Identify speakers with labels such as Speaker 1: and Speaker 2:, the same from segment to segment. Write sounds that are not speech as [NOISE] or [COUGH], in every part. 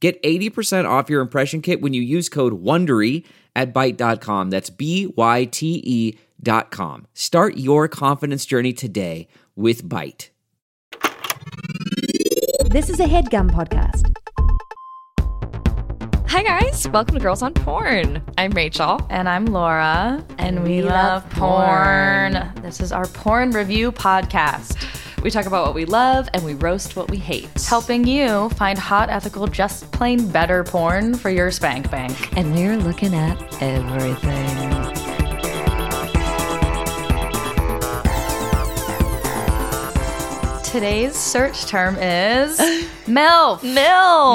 Speaker 1: Get 80% off your impression kit when you use code WONDERY at Byte.com. That's b y t e dot com. Start your confidence journey today with Byte.
Speaker 2: This is a headgum podcast.
Speaker 3: Hi guys, welcome to Girls on Porn. I'm Rachel.
Speaker 4: And I'm Laura.
Speaker 3: And we love porn.
Speaker 4: This is our porn review podcast,
Speaker 3: We talk about what we love and we roast what we hate.
Speaker 4: helping you find hot, ethical, just plain better porn for your spank bank.
Speaker 2: And we're looking at everything.
Speaker 4: Today's search term is
Speaker 3: [LAUGHS]
Speaker 4: MILF.
Speaker 3: Milf.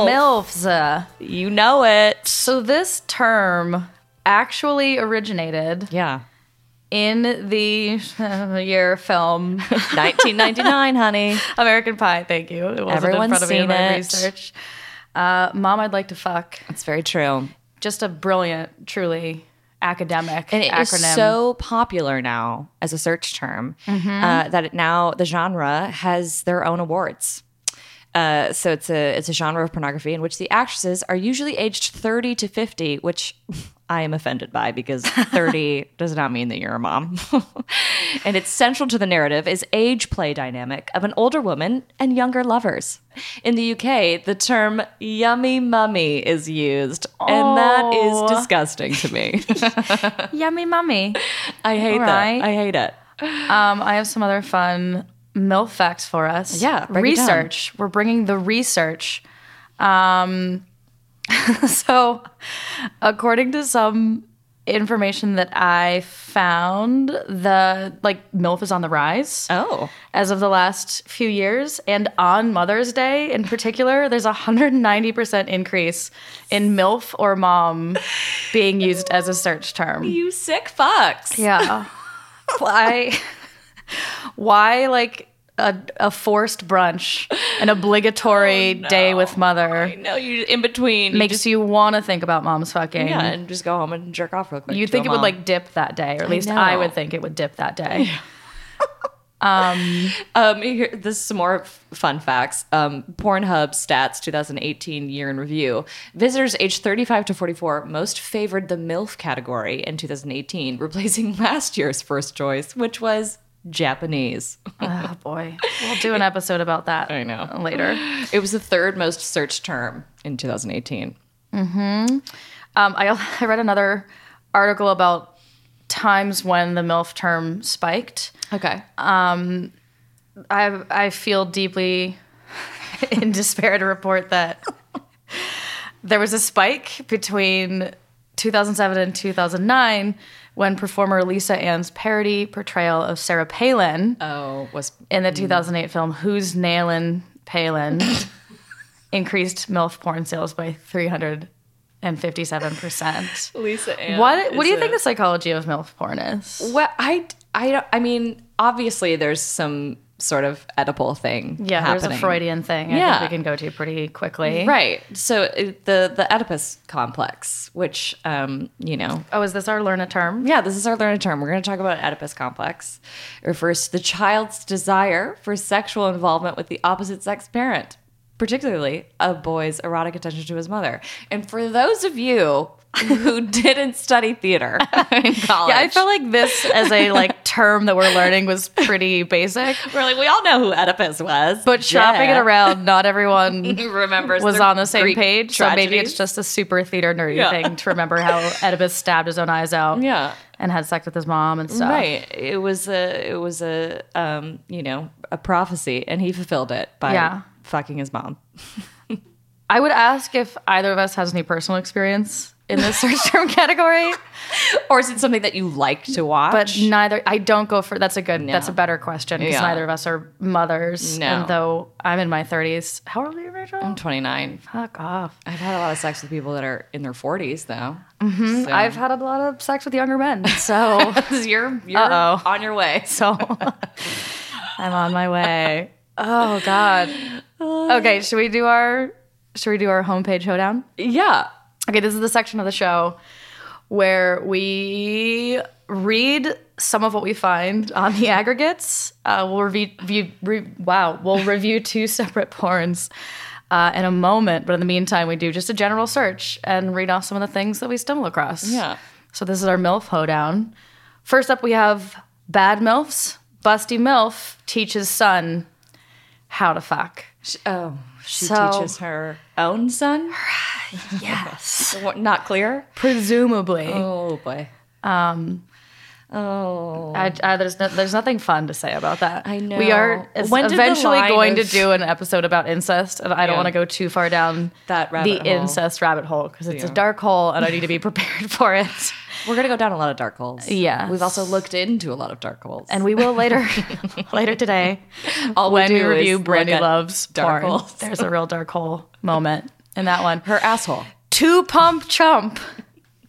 Speaker 4: MILFs.
Speaker 3: You know it.
Speaker 4: So this term actually originated
Speaker 3: Yeah. [LAUGHS]
Speaker 4: in the [LAUGHS] uh, year film
Speaker 3: [LAUGHS] 1999, honey.
Speaker 4: American Pie. Thank you. It wasn't in
Speaker 3: Everyone's
Speaker 4: front of me in
Speaker 3: seen
Speaker 4: my
Speaker 3: it.
Speaker 4: research. Uh, Mom, I'd like to fuck.
Speaker 3: That's very true.
Speaker 4: just a brilliant, truly academic
Speaker 3: And it is
Speaker 4: acronym.
Speaker 3: so popular now as a search term uh, that it now the genre has their own awards. Uh, so it's a it's a genre of pornography in which the actresses are usually aged thirty to fifty, which I am offended by because thirty does not mean that you're a mom. [LAUGHS] and it's central to the narrative is age play dynamic of an older woman and younger lovers. In the UK, the term "yummy mummy" is used, and that
Speaker 4: Oh.
Speaker 3: is disgusting to me.
Speaker 4: yummy, mummy.
Speaker 3: I hate
Speaker 4: Alright.
Speaker 3: that. I hate it.
Speaker 4: Um, I have some other fun milf facts for us.
Speaker 3: Yeah, break it down.
Speaker 4: research. We're bringing the research. Um, [LAUGHS] so, according to some information that I found, the like milf is on the rise.
Speaker 3: Oh,
Speaker 4: as of the last few years. And on Mother's Day in particular, there's a 190% increase in MILF or mom being used as a search term.
Speaker 3: you sick fucks.
Speaker 4: Yeah. [LAUGHS] Why? Why, like, a, a forced brunch, an
Speaker 3: Oh,
Speaker 4: obligatory day with mother
Speaker 3: No, you in between.
Speaker 4: makes
Speaker 3: you just,
Speaker 4: you want to think about mom's fucking.
Speaker 3: yeah, and just go home and jerk off real quick.
Speaker 4: You'd
Speaker 3: to
Speaker 4: think
Speaker 3: a
Speaker 4: it would
Speaker 3: mom.
Speaker 4: like dip that day, or at least I,
Speaker 3: know.
Speaker 4: would think it would dip that day.
Speaker 3: Um, here, this is some more f- fun facts. Um, Pornhub stats 2018 year in review. Visitors aged 35 to 44 most favored the MILF category in 2018, [LAUGHS] replacing last year's first choice, which was Japanese.
Speaker 4: Oh boy, we'll do an episode about that.
Speaker 3: I know.
Speaker 4: later.
Speaker 3: It was the third most searched term in 2018.
Speaker 4: Um, I, [LAUGHS] I read another article about times when the MILF term spiked.
Speaker 3: Okay.
Speaker 4: I, I feel deeply [LAUGHS] in despair to report that [LAUGHS] there was a spike between 2007 and 2009 when performer Lisa Ann's parody portrayal of Sarah Palin
Speaker 3: oh, was
Speaker 4: in the 2008 film Who's Nailin' Palin increased MILF porn sales by 357%.
Speaker 3: Lisa Ann?
Speaker 4: What what do you
Speaker 3: is
Speaker 4: think
Speaker 3: a-
Speaker 4: the psychology of MILF porn is?
Speaker 3: Well, I, I, don't- I mean, obviously, there's some sort of Oedipal thing.
Speaker 4: Yeah, there's
Speaker 3: happening.
Speaker 4: a Freudian thing I
Speaker 3: Yeah.
Speaker 4: think we can go to pretty quickly.
Speaker 3: Right. So it- the the Oedipus complex, which um, you know,
Speaker 4: Oh, is this our learn a term?
Speaker 3: yeah, this is our learned term. We're going to talk about Oedipus complex. It refers to the child's desire for sexual involvement with the opposite sex parent, particularly a boy's erotic attention to his mother. And for those of you who [LAUGHS] didn't study
Speaker 4: [LAUGHS]
Speaker 3: theater [LAUGHS] in college,
Speaker 4: Yeah, I felt like this as a [LAUGHS] like term that we're learning was pretty basic.
Speaker 3: we're like, we all know who Oedipus was,
Speaker 4: But shopping
Speaker 3: Yeah.
Speaker 4: it around, not [LAUGHS] everyone
Speaker 3: [LAUGHS] remembers
Speaker 4: was
Speaker 3: their
Speaker 4: on the same
Speaker 3: Greek
Speaker 4: page. So maybe it's
Speaker 3: tragedies.
Speaker 4: just a super theater nerdy
Speaker 3: Yeah.
Speaker 4: thing to remember [LAUGHS] how Oedipus stabbed his own eyes out
Speaker 3: yeah
Speaker 4: and had sex with his mom and stuff.
Speaker 3: right it was a it was a um you know a prophecy and he fulfilled it by
Speaker 4: Yeah.
Speaker 3: fucking his mom
Speaker 4: I would ask if either of us has any personal experience in [LAUGHS] the search term category,
Speaker 3: [LAUGHS] or is it something that you like to watch?
Speaker 4: but neither. I don't go for. That's a good. That's a better question because
Speaker 3: Yeah.
Speaker 4: neither of us are mothers.
Speaker 3: No.
Speaker 4: And though I'm in my 30s, how old are you, Rachel?
Speaker 3: I'm 29.
Speaker 4: Fuck off.
Speaker 3: I've had a lot of sex with people that are in their 40s, though.
Speaker 4: I've had a lot of sex with
Speaker 3: [LAUGHS]
Speaker 4: younger men, so
Speaker 3: you're you're [LAUGHS]
Speaker 4: Uh-oh.
Speaker 3: on your way.
Speaker 4: so [LAUGHS] I'm on my way. Oh God. Okay, should we do our should we do our homepage hoedown?
Speaker 3: Yeah.
Speaker 4: Okay, this is the section of the show where we read some of what we find on the aggregates. Uh, we'll review, view, re, wow, we'll review two [LAUGHS] separate porns uh, in a moment, but in the meantime, we do just a general search and read off some of the things that we stumble across.
Speaker 3: Yeah.
Speaker 4: So this is our MILF hoedown. First up, we have bad MILFs. Busty MILF teaches son how to fuck.
Speaker 3: Oh, she
Speaker 4: So-
Speaker 3: teaches her own son. [LAUGHS]
Speaker 4: Yes.
Speaker 3: What- Not clear.
Speaker 4: Presumably.
Speaker 3: Oh boy. Um. Oh.
Speaker 4: I, I, there's no, there's nothing fun to say about that.
Speaker 3: I know.
Speaker 4: We are es-
Speaker 3: When did the
Speaker 4: eventually
Speaker 3: line
Speaker 4: going
Speaker 3: of-
Speaker 4: to do an episode about incest, and I don't
Speaker 3: Yeah.
Speaker 4: want to go too far down
Speaker 3: That
Speaker 4: the
Speaker 3: rabbit hole.
Speaker 4: incest rabbit hole because it's
Speaker 3: Yeah.
Speaker 4: a dark hole, and I need to be [LAUGHS] prepared for it.
Speaker 3: We're gonna go down a lot of dark holes.
Speaker 4: Yeah.
Speaker 3: We've also looked into a lot of dark holes.
Speaker 4: And we will [LAUGHS] later, later today,
Speaker 3: all
Speaker 4: when we
Speaker 3: do is
Speaker 4: review
Speaker 3: look
Speaker 4: Brandy
Speaker 3: at
Speaker 4: Loves
Speaker 3: dark
Speaker 4: porn.
Speaker 3: holes.
Speaker 4: There's a real dark hole moment in that one.
Speaker 3: her asshole.
Speaker 4: Two pump chump,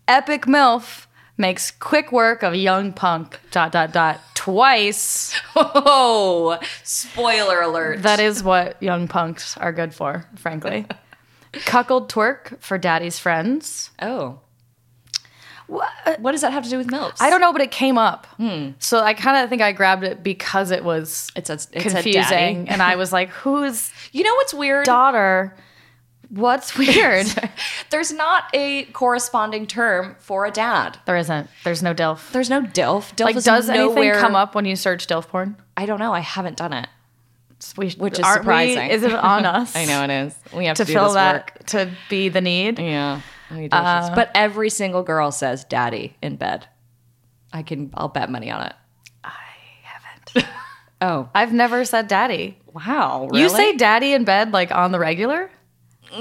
Speaker 4: epic milf makes quick work of young punk. Dot dot dot. Twice.
Speaker 3: [LAUGHS] Oh, spoiler alert.
Speaker 4: That is what young punks are good for, frankly. Cuckold twerk for daddy's friends.
Speaker 3: oh. What? Hmm. does that have to do with milfs?
Speaker 4: I don't know, but it came up. So I kind of think I grabbed it because it was
Speaker 3: It's a, it's A
Speaker 4: confusing.
Speaker 3: daddy.
Speaker 4: and I was
Speaker 3: [LAUGHS]
Speaker 4: like, whose
Speaker 3: You know what's weird?
Speaker 4: daughter?
Speaker 3: [LAUGHS]
Speaker 4: What's weird?
Speaker 3: There's not a corresponding term for a dad.
Speaker 4: there isn't. There's no DILF.
Speaker 3: There's no DILF. DILF
Speaker 4: Like,
Speaker 3: is
Speaker 4: does
Speaker 3: nowhere,
Speaker 4: anything come up when you search DILF porn?
Speaker 3: I don't know. I haven't done it.
Speaker 4: We,
Speaker 3: Which is
Speaker 4: aren't we-
Speaker 3: surprising.
Speaker 4: is
Speaker 3: [LAUGHS]
Speaker 4: it on us?
Speaker 3: it is. We have
Speaker 4: To fill that, to be the need.
Speaker 3: Yeah. Oh,
Speaker 4: Uh,
Speaker 3: but every single girl says daddy in bed. I can, I'll bet money on it. [LAUGHS] I haven't.
Speaker 4: I've never said daddy.
Speaker 3: oh, wow. Really?
Speaker 4: You say daddy in bed like on the regular?
Speaker 3: [LAUGHS]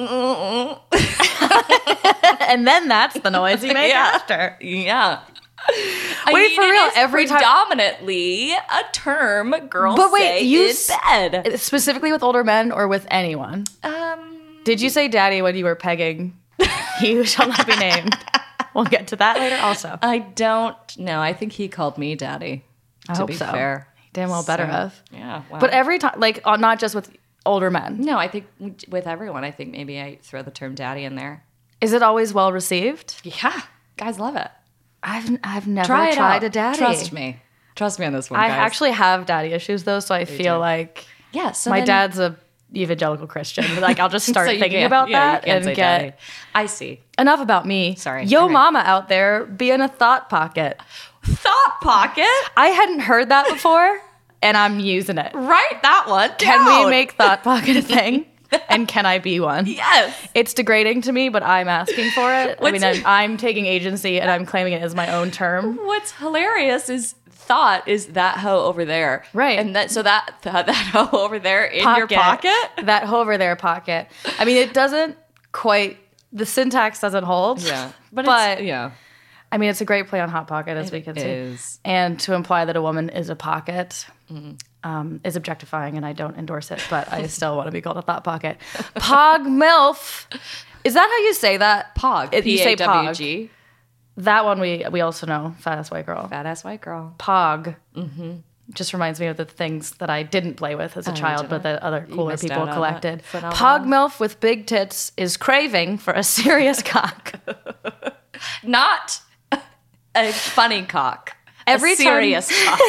Speaker 4: and then that's the noise you make
Speaker 3: Yeah.
Speaker 4: after.
Speaker 3: yeah. I
Speaker 4: [LAUGHS] Wait,
Speaker 3: mean,
Speaker 4: for
Speaker 3: it
Speaker 4: real,
Speaker 3: is
Speaker 4: every time-
Speaker 3: predominantly a term girls
Speaker 4: But wait,
Speaker 3: say
Speaker 4: you
Speaker 3: in
Speaker 4: s-
Speaker 3: bed.
Speaker 4: Specifically with older men or with anyone?
Speaker 3: Um,
Speaker 4: Did you say daddy when you were pegging? [LAUGHS] you shall not be named. We'll get to that later also.
Speaker 3: I don't know. I think he called me daddy.
Speaker 4: I
Speaker 3: to
Speaker 4: hope
Speaker 3: be
Speaker 4: so.
Speaker 3: fair,
Speaker 4: He damn well better
Speaker 3: So,
Speaker 4: have.
Speaker 3: Yeah. Wow.
Speaker 4: But every time, like, uh, not just with older men.
Speaker 3: no, I think with everyone, I think maybe I throw the term daddy in there.
Speaker 4: Is it always well received?
Speaker 3: Yeah, guys love it.
Speaker 4: I've, I've never
Speaker 3: Try it
Speaker 4: tried
Speaker 3: out.
Speaker 4: a daddy.
Speaker 3: Trust me. Trust me on this one.
Speaker 4: I
Speaker 3: guys.
Speaker 4: actually have daddy issues though, so I feel like
Speaker 3: yeah. So
Speaker 4: my
Speaker 3: then-
Speaker 4: [LAUGHS] dad's a evangelical Christian. but, Like I'll just
Speaker 3: [LAUGHS]
Speaker 4: start
Speaker 3: so you
Speaker 4: thinking
Speaker 3: can't-
Speaker 4: about
Speaker 3: yeah, you
Speaker 4: that
Speaker 3: can't
Speaker 4: and
Speaker 3: say
Speaker 4: get
Speaker 3: daddy. I see.
Speaker 4: enough about me.
Speaker 3: Sorry.
Speaker 4: yo,
Speaker 3: Okay.
Speaker 4: mama out there, be in a thought pocket.
Speaker 3: Thought pocket.
Speaker 4: I hadn't heard that before, and I'm using it.
Speaker 3: Write that one.
Speaker 4: Can we
Speaker 3: down.
Speaker 4: make thought pocket
Speaker 3: [LAUGHS]
Speaker 4: a thing? and can I be one?
Speaker 3: yes?
Speaker 4: It's degrading to me, but I'm asking for it. I
Speaker 3: What's-
Speaker 4: mean, I'm, I'm taking agency and I'm claiming it as my own term.
Speaker 3: What's hilarious is thought is that hoe over there,
Speaker 4: Right.
Speaker 3: And that so that that hoe over there in your
Speaker 4: [LAUGHS]
Speaker 3: pocket.
Speaker 4: That hoe over there pocket. I mean, it doesn't quite. The syntax doesn't hold.
Speaker 3: [LAUGHS] but, it's, yeah,
Speaker 4: I mean, it's a great play on Hot Pocket, as we can
Speaker 3: is. Mm-hmm.
Speaker 4: see. And to imply that a woman is a pocket um, is objectifying, and I don't endorse it, but I still want to be called a thought pocket. Pog MILF. Is that how you say that?
Speaker 3: pog.
Speaker 4: It- you say pog.
Speaker 3: P-A-W-G.
Speaker 4: That one we, we also know, Fattest White Girl.
Speaker 3: Badass white girl.
Speaker 4: Pog.
Speaker 3: Mm-hmm.
Speaker 4: Just reminds me of the things that I didn't play with as a child,
Speaker 3: did
Speaker 4: but that other cooler
Speaker 3: missed
Speaker 4: people
Speaker 3: out on
Speaker 4: collected.
Speaker 3: that
Speaker 4: Pog MILF with big tits is craving for
Speaker 3: [LAUGHS]
Speaker 4: a serious cock.
Speaker 3: Not [LAUGHS] a funny cock.
Speaker 4: Every
Speaker 3: a
Speaker 4: [LAUGHS]
Speaker 3: serious cock.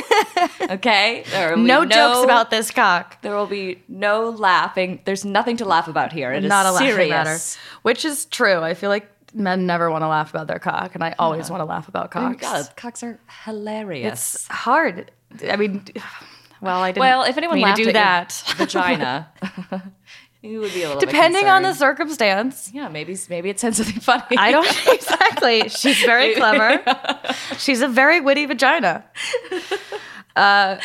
Speaker 3: Okay. There will be
Speaker 4: No, jokes about this cock.
Speaker 3: There will be no laughing. There's nothing to laugh about here. It is
Speaker 4: not a laughing
Speaker 3: serious.
Speaker 4: matter, which is true. I feel like men never want to laugh about their cock, and I always want to laugh about
Speaker 3: Oh my
Speaker 4: cocks.
Speaker 3: God, cocks are hilarious.
Speaker 4: It's hard. I mean, [SIGHS] well, I didn't.
Speaker 3: well, if anyone
Speaker 4: mean
Speaker 3: laughed
Speaker 4: to do
Speaker 3: at your [LAUGHS]
Speaker 4: that,
Speaker 3: vagina, you would be a little bit
Speaker 4: depending on the
Speaker 3: concerned.
Speaker 4: circumstance.
Speaker 3: Yeah, maybe maybe it said something [LAUGHS] funny.
Speaker 4: I don't [LAUGHS] exactly. She's very clever. She's a very witty vagina. Uh,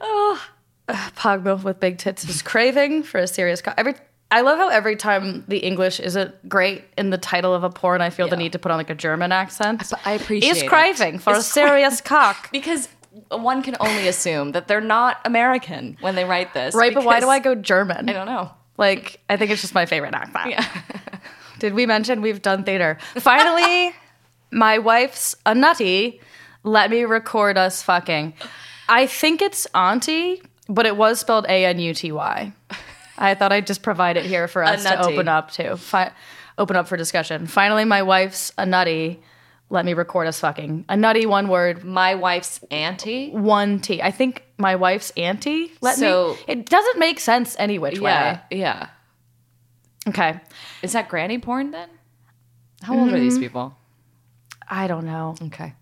Speaker 4: oh, pog milf with big tits is craving for a serious cock. Every I love how every time the English isn't great in the title of a porn, I feel the
Speaker 3: Yeah.
Speaker 4: need to put on like a German accent.
Speaker 3: I appreciate
Speaker 4: Is
Speaker 3: it.
Speaker 4: craving for a
Speaker 3: Is
Speaker 4: serious cock.
Speaker 3: because one can only assume that they're not American when they write this.
Speaker 4: Right, but why do I
Speaker 3: because-
Speaker 4: go German?
Speaker 3: I don't know.
Speaker 4: Like, I think it's just my favorite accent. [LAUGHS] Did we mention we've
Speaker 3: [LAUGHS]
Speaker 4: done theater? Finally, my wife's a nutty. Let me record us fucking. I think it's auntie, but it was spelled A N U T Y. I thought I'd just provide it here for us to
Speaker 3: nutty.
Speaker 4: open up to fi- open up for discussion. Finally, my wife's a nutty. Let me record us fucking. A nutty, one word,
Speaker 3: My wife's auntie.
Speaker 4: one T. I think my wife's auntie. Let
Speaker 3: So-
Speaker 4: me. It doesn't make sense any which way.
Speaker 3: yeah.
Speaker 4: Okay.
Speaker 3: Is that granny porn then? How old are
Speaker 4: Mm-hmm.
Speaker 3: these people?
Speaker 4: I don't know.
Speaker 3: Okay.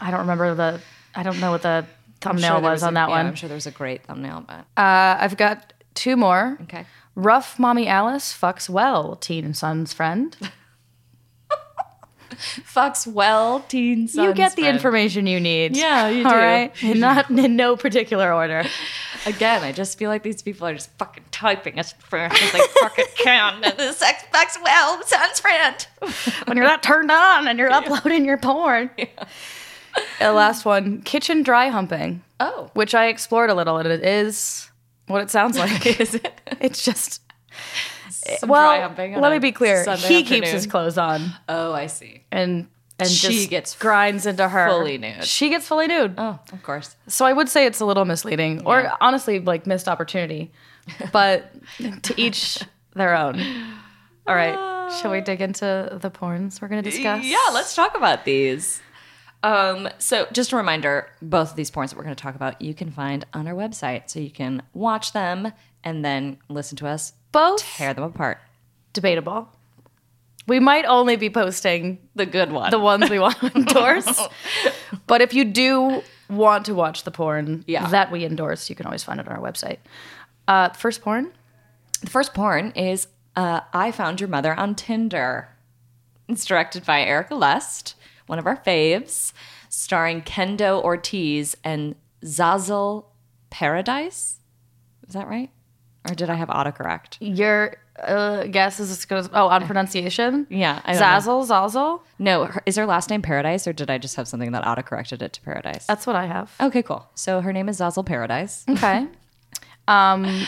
Speaker 4: I don't remember the. I don't know what the thumbnail
Speaker 3: there
Speaker 4: was
Speaker 3: a-
Speaker 4: on that
Speaker 3: yeah,
Speaker 4: one.
Speaker 3: I'm sure there's a great thumbnail, but
Speaker 4: Uh, I've got two more.
Speaker 3: okay.
Speaker 4: Rough mommy Alice fucks well, teen and
Speaker 3: [LAUGHS]
Speaker 4: son's friend.
Speaker 3: Fucks well, teen sons.
Speaker 4: you get the
Speaker 3: friend.
Speaker 4: information you need.
Speaker 3: Yeah, [LAUGHS] you
Speaker 4: [LAUGHS] All
Speaker 3: do.
Speaker 4: right, And not in no particular order.
Speaker 3: Again, I just feel like these people are just fucking typing as fast as they fucking can. [LAUGHS] And this sex fucks well, sons friend.
Speaker 4: When you're not turned on and you're uploading your porn. The last one, kitchen dry humping,
Speaker 3: [LAUGHS] Oh,
Speaker 4: which I explored a little, and it is what it
Speaker 3: [LAUGHS]
Speaker 4: sounds like.
Speaker 3: [LAUGHS] is it?
Speaker 4: [LAUGHS] it's just
Speaker 3: Some
Speaker 4: well.
Speaker 3: dry humping on
Speaker 4: let
Speaker 3: a
Speaker 4: me be clear.
Speaker 3: Sunday
Speaker 4: he keeps
Speaker 3: afternoon.
Speaker 4: his clothes on.
Speaker 3: Oh, I see.
Speaker 4: and and
Speaker 3: She
Speaker 4: just
Speaker 3: gets
Speaker 4: grinds into her
Speaker 3: fully nude.
Speaker 4: She gets fully nude.
Speaker 3: Oh, of course.
Speaker 4: So I would say it's a little misleading, or honestly, like
Speaker 3: [LAUGHS]
Speaker 4: missed opportunity. But to each their own.
Speaker 3: [LAUGHS]
Speaker 4: All right, shall we dig into the porns we're going to discuss?
Speaker 3: Yeah, let's talk about these. Um, so just a reminder, both of these porns that we're going to talk about, you can find on our website, so you can watch them and then listen to us
Speaker 4: both
Speaker 3: tear them apart.
Speaker 4: debatable. We might only be posting
Speaker 3: The good one.
Speaker 4: the ones
Speaker 3: [LAUGHS]
Speaker 4: we want to endorse, but if you do want to watch the porn
Speaker 3: Yeah.
Speaker 4: that we endorse, you can always find it on our website. Uh, first porn.
Speaker 3: The first porn is uh, I Found Your Mother on Tinder. It's directed by Erica Lust, one of our faves, starring Kendo Ortiz and Zazel Paradise. Is that right? Or did I have autocorrect?
Speaker 4: Your uh, guess is as good as oh on pronunciation.
Speaker 3: Yeah, I don't know.
Speaker 4: Zazzle, Zazzle.
Speaker 3: No, her, is her last name Paradise, or did I just have something that autocorrected it to Paradise?
Speaker 4: That's what I have.
Speaker 3: okay, cool. So her name is Zazzle
Speaker 4: [LAUGHS]
Speaker 3: Paradise.
Speaker 4: Okay. um,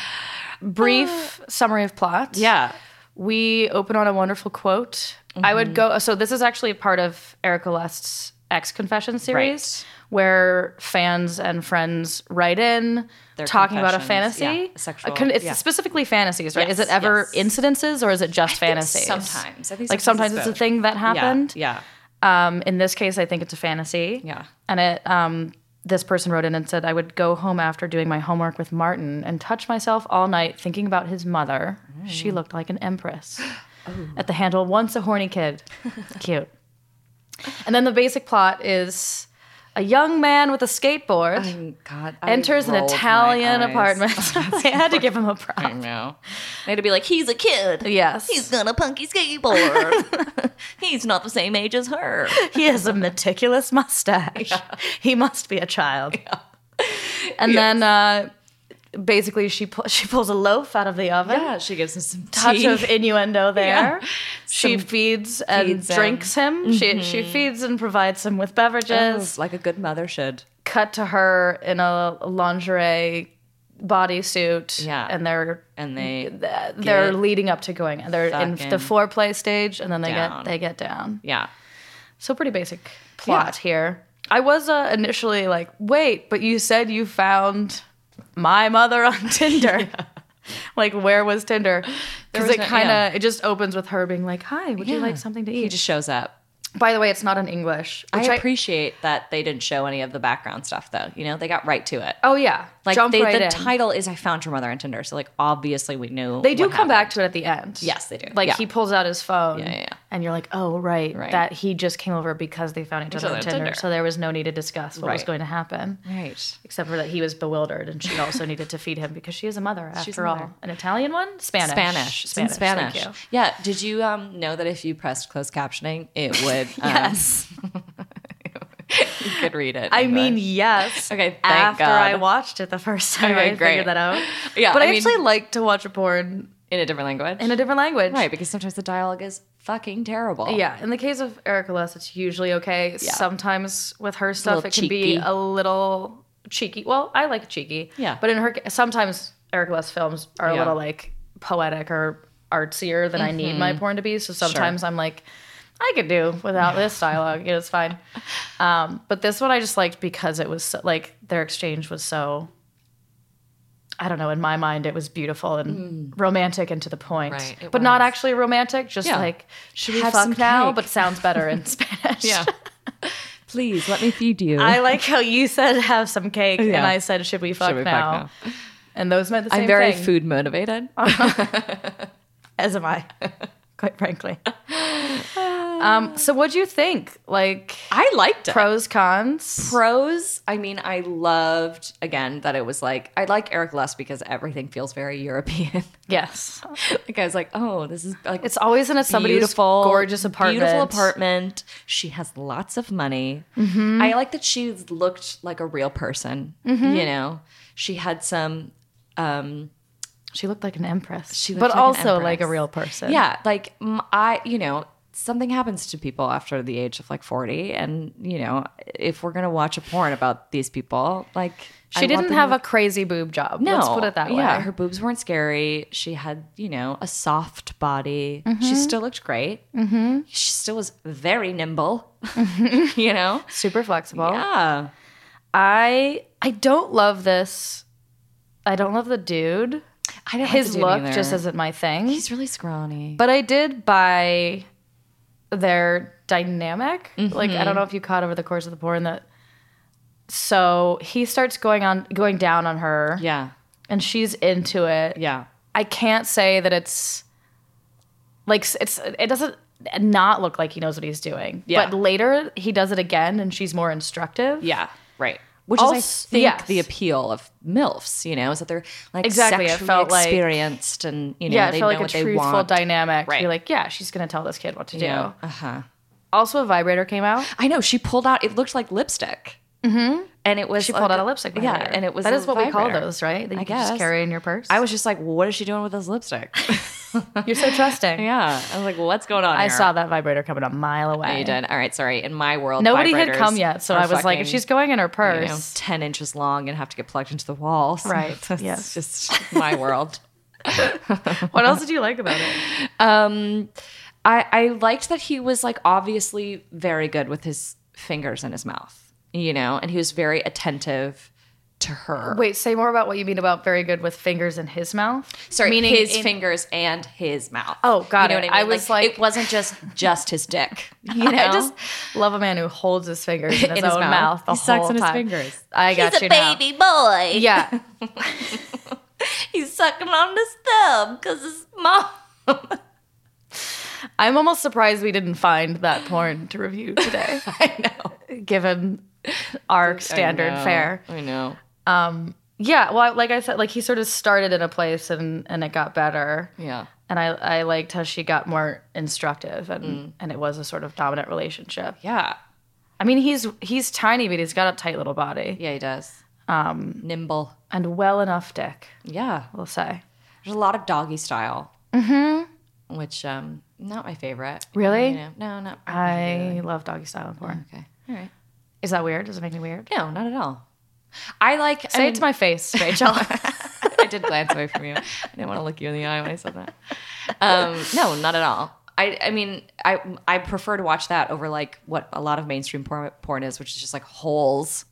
Speaker 4: brief summary of plot.
Speaker 3: Uh, Yeah.
Speaker 4: We open on a wonderful quote. I
Speaker 3: Mm-hmm.
Speaker 4: would go. So this is actually part of Erica Lust's X Confession series, where fans and friends write in
Speaker 3: Their
Speaker 4: talking about a
Speaker 3: confessions,
Speaker 4: fantasy,
Speaker 3: yeah, sexual-
Speaker 4: A con- it's
Speaker 3: yeah.
Speaker 4: specifically fantasies, right? is
Speaker 3: Yes,
Speaker 4: it ever
Speaker 3: yes.
Speaker 4: incidences or is it just fantasies?
Speaker 3: sometimes. I think
Speaker 4: like
Speaker 3: sometimes
Speaker 4: sometimes
Speaker 3: it's
Speaker 4: it's, a
Speaker 3: both.
Speaker 4: thing that happened.
Speaker 3: Yeah.
Speaker 4: Um, in this case, I think it's a fantasy.
Speaker 3: Yeah.
Speaker 4: And it, um, this person wrote in and said, I would go home after doing my homework with Martin and touch myself all night thinking about his mother.
Speaker 3: Mm.
Speaker 4: She looked like an
Speaker 3: [GASPS]
Speaker 4: empress.
Speaker 3: Oh.
Speaker 4: At the handle, once a horny
Speaker 3: [LAUGHS]
Speaker 4: kid. Cute. And then the basic plot is a young man with a skateboard
Speaker 3: yeah. God. I
Speaker 4: enters an
Speaker 3: rolled my
Speaker 4: Italian
Speaker 3: eyes.
Speaker 4: apartment. [LAUGHS] they had to give him a
Speaker 3: [LAUGHS]
Speaker 4: prop.
Speaker 3: I [LAUGHS] know. They had to be like, he's a [LAUGHS] kid.
Speaker 4: Yes.
Speaker 3: He's gonna punky skateboard. he's not the same age as her.
Speaker 4: he has a meticulous mustache. He must be a
Speaker 3: [LAUGHS]
Speaker 4: child. And then uh, basically she pu- she pulls a loaf out of the oven.
Speaker 3: she gives him some
Speaker 4: Touch
Speaker 3: tea.
Speaker 4: of innuendo
Speaker 3: [LAUGHS]
Speaker 4: there.
Speaker 3: Yeah.
Speaker 4: She feeds and
Speaker 3: feeds him. Mm-hmm.
Speaker 4: drinks him. She she feeds and provides him with
Speaker 3: Oh,
Speaker 4: beverages.
Speaker 3: like a good mother should.
Speaker 4: Cut to her in a lingerie bodysuit.
Speaker 3: Yeah.
Speaker 4: And they're uh,
Speaker 3: And they,
Speaker 4: Mm-hmm. they're
Speaker 3: Get
Speaker 4: leading up to going. They're in the
Speaker 3: fucking
Speaker 4: foreplay stage, and then they
Speaker 3: down.
Speaker 4: get they get down.
Speaker 3: yeah.
Speaker 4: So pretty basic plot here. I was uh, initially like, wait, but you said you found my mother [LAUGHS] on Tinder. Like, where was Tinder?
Speaker 3: There
Speaker 4: Because
Speaker 3: was
Speaker 4: it
Speaker 3: no-
Speaker 4: kind of
Speaker 3: yeah.
Speaker 4: it just opens with her being like, "Hi, would you
Speaker 3: Yeah.
Speaker 4: like something to
Speaker 3: He
Speaker 4: eat?"
Speaker 3: just shows up.
Speaker 4: By the way, it's not in English. Which
Speaker 3: I appreciate that they didn't show any of the background stuff, though. You know, they got right to it.
Speaker 4: oh yeah,
Speaker 3: Like
Speaker 4: jump
Speaker 3: they,
Speaker 4: right
Speaker 3: the
Speaker 4: in.
Speaker 3: title is "I Found Your Mother on Tinder," so like obviously we knew
Speaker 4: They do
Speaker 3: what happened.
Speaker 4: come back to it at the end.
Speaker 3: Yes, they do.
Speaker 4: Like
Speaker 3: Yeah.
Speaker 4: he pulls out his phone.
Speaker 3: Yeah, yeah, yeah.
Speaker 4: And you're like, oh, right,
Speaker 3: Right.
Speaker 4: that he just came over because they found each other
Speaker 3: other
Speaker 4: on
Speaker 3: on
Speaker 4: Tinder,
Speaker 3: Tinder.
Speaker 4: So there was no need to discuss what was
Speaker 3: Right.
Speaker 4: going to happen.
Speaker 3: Right.
Speaker 4: except for that he was bewildered and she also needed to feed him because she is a mother after
Speaker 3: She's a
Speaker 4: all.
Speaker 3: mother.
Speaker 4: An Italian one? Spanish.
Speaker 3: Spanish. It's in Spanish.
Speaker 4: Thank you.
Speaker 3: Yeah. Did you um, know that if you pressed closed captioning, it
Speaker 4: [LAUGHS]
Speaker 3: would?
Speaker 4: Yes.
Speaker 3: Um, [LAUGHS] you could read it. in
Speaker 4: I mean,
Speaker 3: English.
Speaker 4: yes.
Speaker 3: Okay, thank
Speaker 4: after I
Speaker 3: God.
Speaker 4: watched it the first time,
Speaker 3: Okay,
Speaker 4: I
Speaker 3: great.
Speaker 4: figured that out.
Speaker 3: Yeah,
Speaker 4: but
Speaker 3: I
Speaker 4: I,
Speaker 3: mean-
Speaker 4: actually like to watch a porn
Speaker 3: in a different language.
Speaker 4: in a different language.
Speaker 3: right, because sometimes the dialogue is fucking terrible. [LAUGHS]
Speaker 4: Yeah. In the case of Erica Less, it's usually okay. Sometimes with her stuff,
Speaker 3: little
Speaker 4: it can be
Speaker 3: cheeky.
Speaker 4: a little cheeky. Well, I like cheeky.
Speaker 3: Yeah.
Speaker 4: But in her, ca- sometimes Erica Less films are a
Speaker 3: Yeah.
Speaker 4: little like poetic or artsier than I need
Speaker 3: Mm-hmm.
Speaker 4: my porn to be. So sometimes I'm like, I could do without
Speaker 3: [LAUGHS]
Speaker 4: this dialogue. It's fine. Um, but this one I just liked because it was so, like their exchange was so. I don't know. In my mind, it was beautiful and romantic and to the point,
Speaker 3: Mm. Right, it
Speaker 4: but not
Speaker 3: was.
Speaker 4: actually romantic. Just
Speaker 3: Yeah.
Speaker 4: like should we
Speaker 3: Have
Speaker 4: fuck
Speaker 3: some
Speaker 4: now?
Speaker 3: cake.
Speaker 4: But sounds better in Spanish.
Speaker 3: Yeah. Please let me feed you.
Speaker 4: [LAUGHS] I like how you said have some cake, and
Speaker 3: Yeah.
Speaker 4: I said should we fuck,
Speaker 3: we fuck
Speaker 4: now? And those meant the same
Speaker 3: I'm very
Speaker 4: thing.
Speaker 3: food motivated.
Speaker 4: as am I, quite frankly. um. So what do you think? Like
Speaker 3: [LAUGHS] I liked it.
Speaker 4: pros, cons.
Speaker 3: Pros, I mean, I loved again that it was like I like Eric Less because everything feels very European. [LAUGHS]
Speaker 4: yes.
Speaker 3: like I was like, oh, this is like
Speaker 4: It's always in a somebody's
Speaker 3: beautiful,
Speaker 4: gorgeous apartment.
Speaker 3: Beautiful apartment. She has lots of money. I like that she looked like a real person. You know, she had some. um
Speaker 4: She looked like an empress. She
Speaker 3: looked
Speaker 4: but
Speaker 3: like an
Speaker 4: also
Speaker 3: empress.
Speaker 4: like a real person.
Speaker 3: Yeah, like m- I, you know, something happens to people after the age of like forty, and you know, if we're gonna watch a porn about these people, like
Speaker 4: She
Speaker 3: I want
Speaker 4: didn't
Speaker 3: them
Speaker 4: have
Speaker 3: to-
Speaker 4: a crazy boob job.
Speaker 3: No,
Speaker 4: Let's put it that way.
Speaker 3: Yeah, her boobs weren't scary. She had, you know, a soft body. She still looked great. Mm-hmm. She still was very nimble. [LAUGHS]
Speaker 4: Mm-hmm.
Speaker 3: you
Speaker 4: [LAUGHS]
Speaker 3: know.
Speaker 4: Super flexible.
Speaker 3: Yeah.
Speaker 4: I I don't love this. I don't love the dude.
Speaker 3: I don't like
Speaker 4: His
Speaker 3: the dude
Speaker 4: look
Speaker 3: either.
Speaker 4: just isn't my thing.
Speaker 3: He's really scrawny.
Speaker 4: but I did buy their dynamic. Like
Speaker 3: Mm-hmm.
Speaker 4: I don't know if you caught over the course of the porn that. So he starts going on going down on her,
Speaker 3: yeah.
Speaker 4: and she's into it.
Speaker 3: Yeah.
Speaker 4: I can't say that it's like s- it's it doesn't not look like he knows what he's doing.
Speaker 3: Yeah.
Speaker 4: But later he does it again, and she's more instructive.
Speaker 3: Yeah. Right. Which is,
Speaker 4: Also-
Speaker 3: I think,
Speaker 4: yes.
Speaker 3: the appeal of MILFs, you know, is that they're like
Speaker 4: Exactly, it
Speaker 3: sexually
Speaker 4: felt like-
Speaker 3: experienced and, you know,
Speaker 4: Yeah,
Speaker 3: they
Speaker 4: I feel
Speaker 3: know
Speaker 4: like a
Speaker 3: what they
Speaker 4: truthful
Speaker 3: want.
Speaker 4: dynamic.
Speaker 3: Right.
Speaker 4: You're like, yeah, she's gonna tell this kid what to do.
Speaker 3: Yeah. Uh-huh.
Speaker 4: Also, a vibrator came out.
Speaker 3: I know. She pulled out, it looked like lipstick. Mm-hmm. And it was.
Speaker 4: She pulled
Speaker 3: like-
Speaker 4: out a lipstick.
Speaker 3: Yeah.
Speaker 4: vibrator.
Speaker 3: And it was.
Speaker 4: that
Speaker 3: a
Speaker 4: is what we call
Speaker 3: vibrator.
Speaker 4: those, right? That you
Speaker 3: I
Speaker 4: can just
Speaker 3: guess.
Speaker 4: carry in your purse.
Speaker 3: I was just like, what is she doing with this lipstick?
Speaker 4: [LAUGHS] You're so trusting.
Speaker 3: yeah. I was like, what's going on?
Speaker 4: I
Speaker 3: here?
Speaker 4: saw that vibrator coming a mile
Speaker 3: Yeah,
Speaker 4: away.
Speaker 3: you did. All right, sorry. In my world,
Speaker 4: Nobody had
Speaker 3: vibrators
Speaker 4: come yet, so
Speaker 3: are
Speaker 4: I was like,
Speaker 3: fucking,
Speaker 4: if she's going in her
Speaker 3: you know,
Speaker 4: purse, [LAUGHS]
Speaker 3: ten inches long and have to get plugged into the wall, so [LAUGHS]
Speaker 4: Right,
Speaker 3: That's
Speaker 4: yes.
Speaker 3: just my world.
Speaker 4: what else did you like about it?
Speaker 3: I, I liked that he was like obviously very good with his fingers in his mouth, you know, and he was very attentive to her.
Speaker 4: Wait, say more about what you mean about very good with fingers in his mouth.
Speaker 3: Sorry,
Speaker 4: meaning
Speaker 3: his
Speaker 4: in-
Speaker 3: fingers and his mouth.
Speaker 4: Oh, got
Speaker 3: you know
Speaker 4: it.
Speaker 3: What I,
Speaker 4: I
Speaker 3: mean?
Speaker 4: was like-
Speaker 3: it wasn't just just his
Speaker 4: [LAUGHS]
Speaker 3: dick. You know,
Speaker 4: I just love a man who holds his [LAUGHS] fingers in his
Speaker 3: In his
Speaker 4: own mouth.
Speaker 3: mouth.
Speaker 4: the
Speaker 3: He sucks
Speaker 4: whole
Speaker 3: on his
Speaker 4: time.
Speaker 3: fingers.
Speaker 4: I got you now.
Speaker 3: boy.
Speaker 4: Yeah,
Speaker 3: He's sucking on his thumb because his mom.
Speaker 4: I'm almost surprised we didn't find that porn to review today. [LAUGHS] I know, given our standard fare.
Speaker 3: I know.
Speaker 4: Yeah, well, like I said, like he sort of started in a place and and it got better.
Speaker 3: Yeah.
Speaker 4: And I, I liked how she got more instructive and, and it was a sort of dominant relationship.
Speaker 3: Yeah.
Speaker 4: I mean he's he's tiny but he's got a tight little body
Speaker 3: Yeah, he does. Um, Nimble.
Speaker 4: and well enough dick,
Speaker 3: Yeah.
Speaker 4: we'll say.
Speaker 3: There's a lot of doggy style. Mm-hmm. Which um not my favorite.
Speaker 4: Really? Uh,
Speaker 3: You know, no, not
Speaker 4: I love doggy style in porn.
Speaker 3: okay. All right.
Speaker 4: Is that weird? Does it make me weird?
Speaker 3: No, not at all. I like
Speaker 4: Say
Speaker 3: I
Speaker 4: it to
Speaker 3: mean,
Speaker 4: my face, Rachel.
Speaker 3: [LAUGHS] I did glance away from you. I didn't want to look you in the eye when I said that. Um, no, not at all. I, I mean, I I prefer to watch that over like what a lot of mainstream porn, porn is, which is just like
Speaker 4: [LAUGHS]
Speaker 3: holes.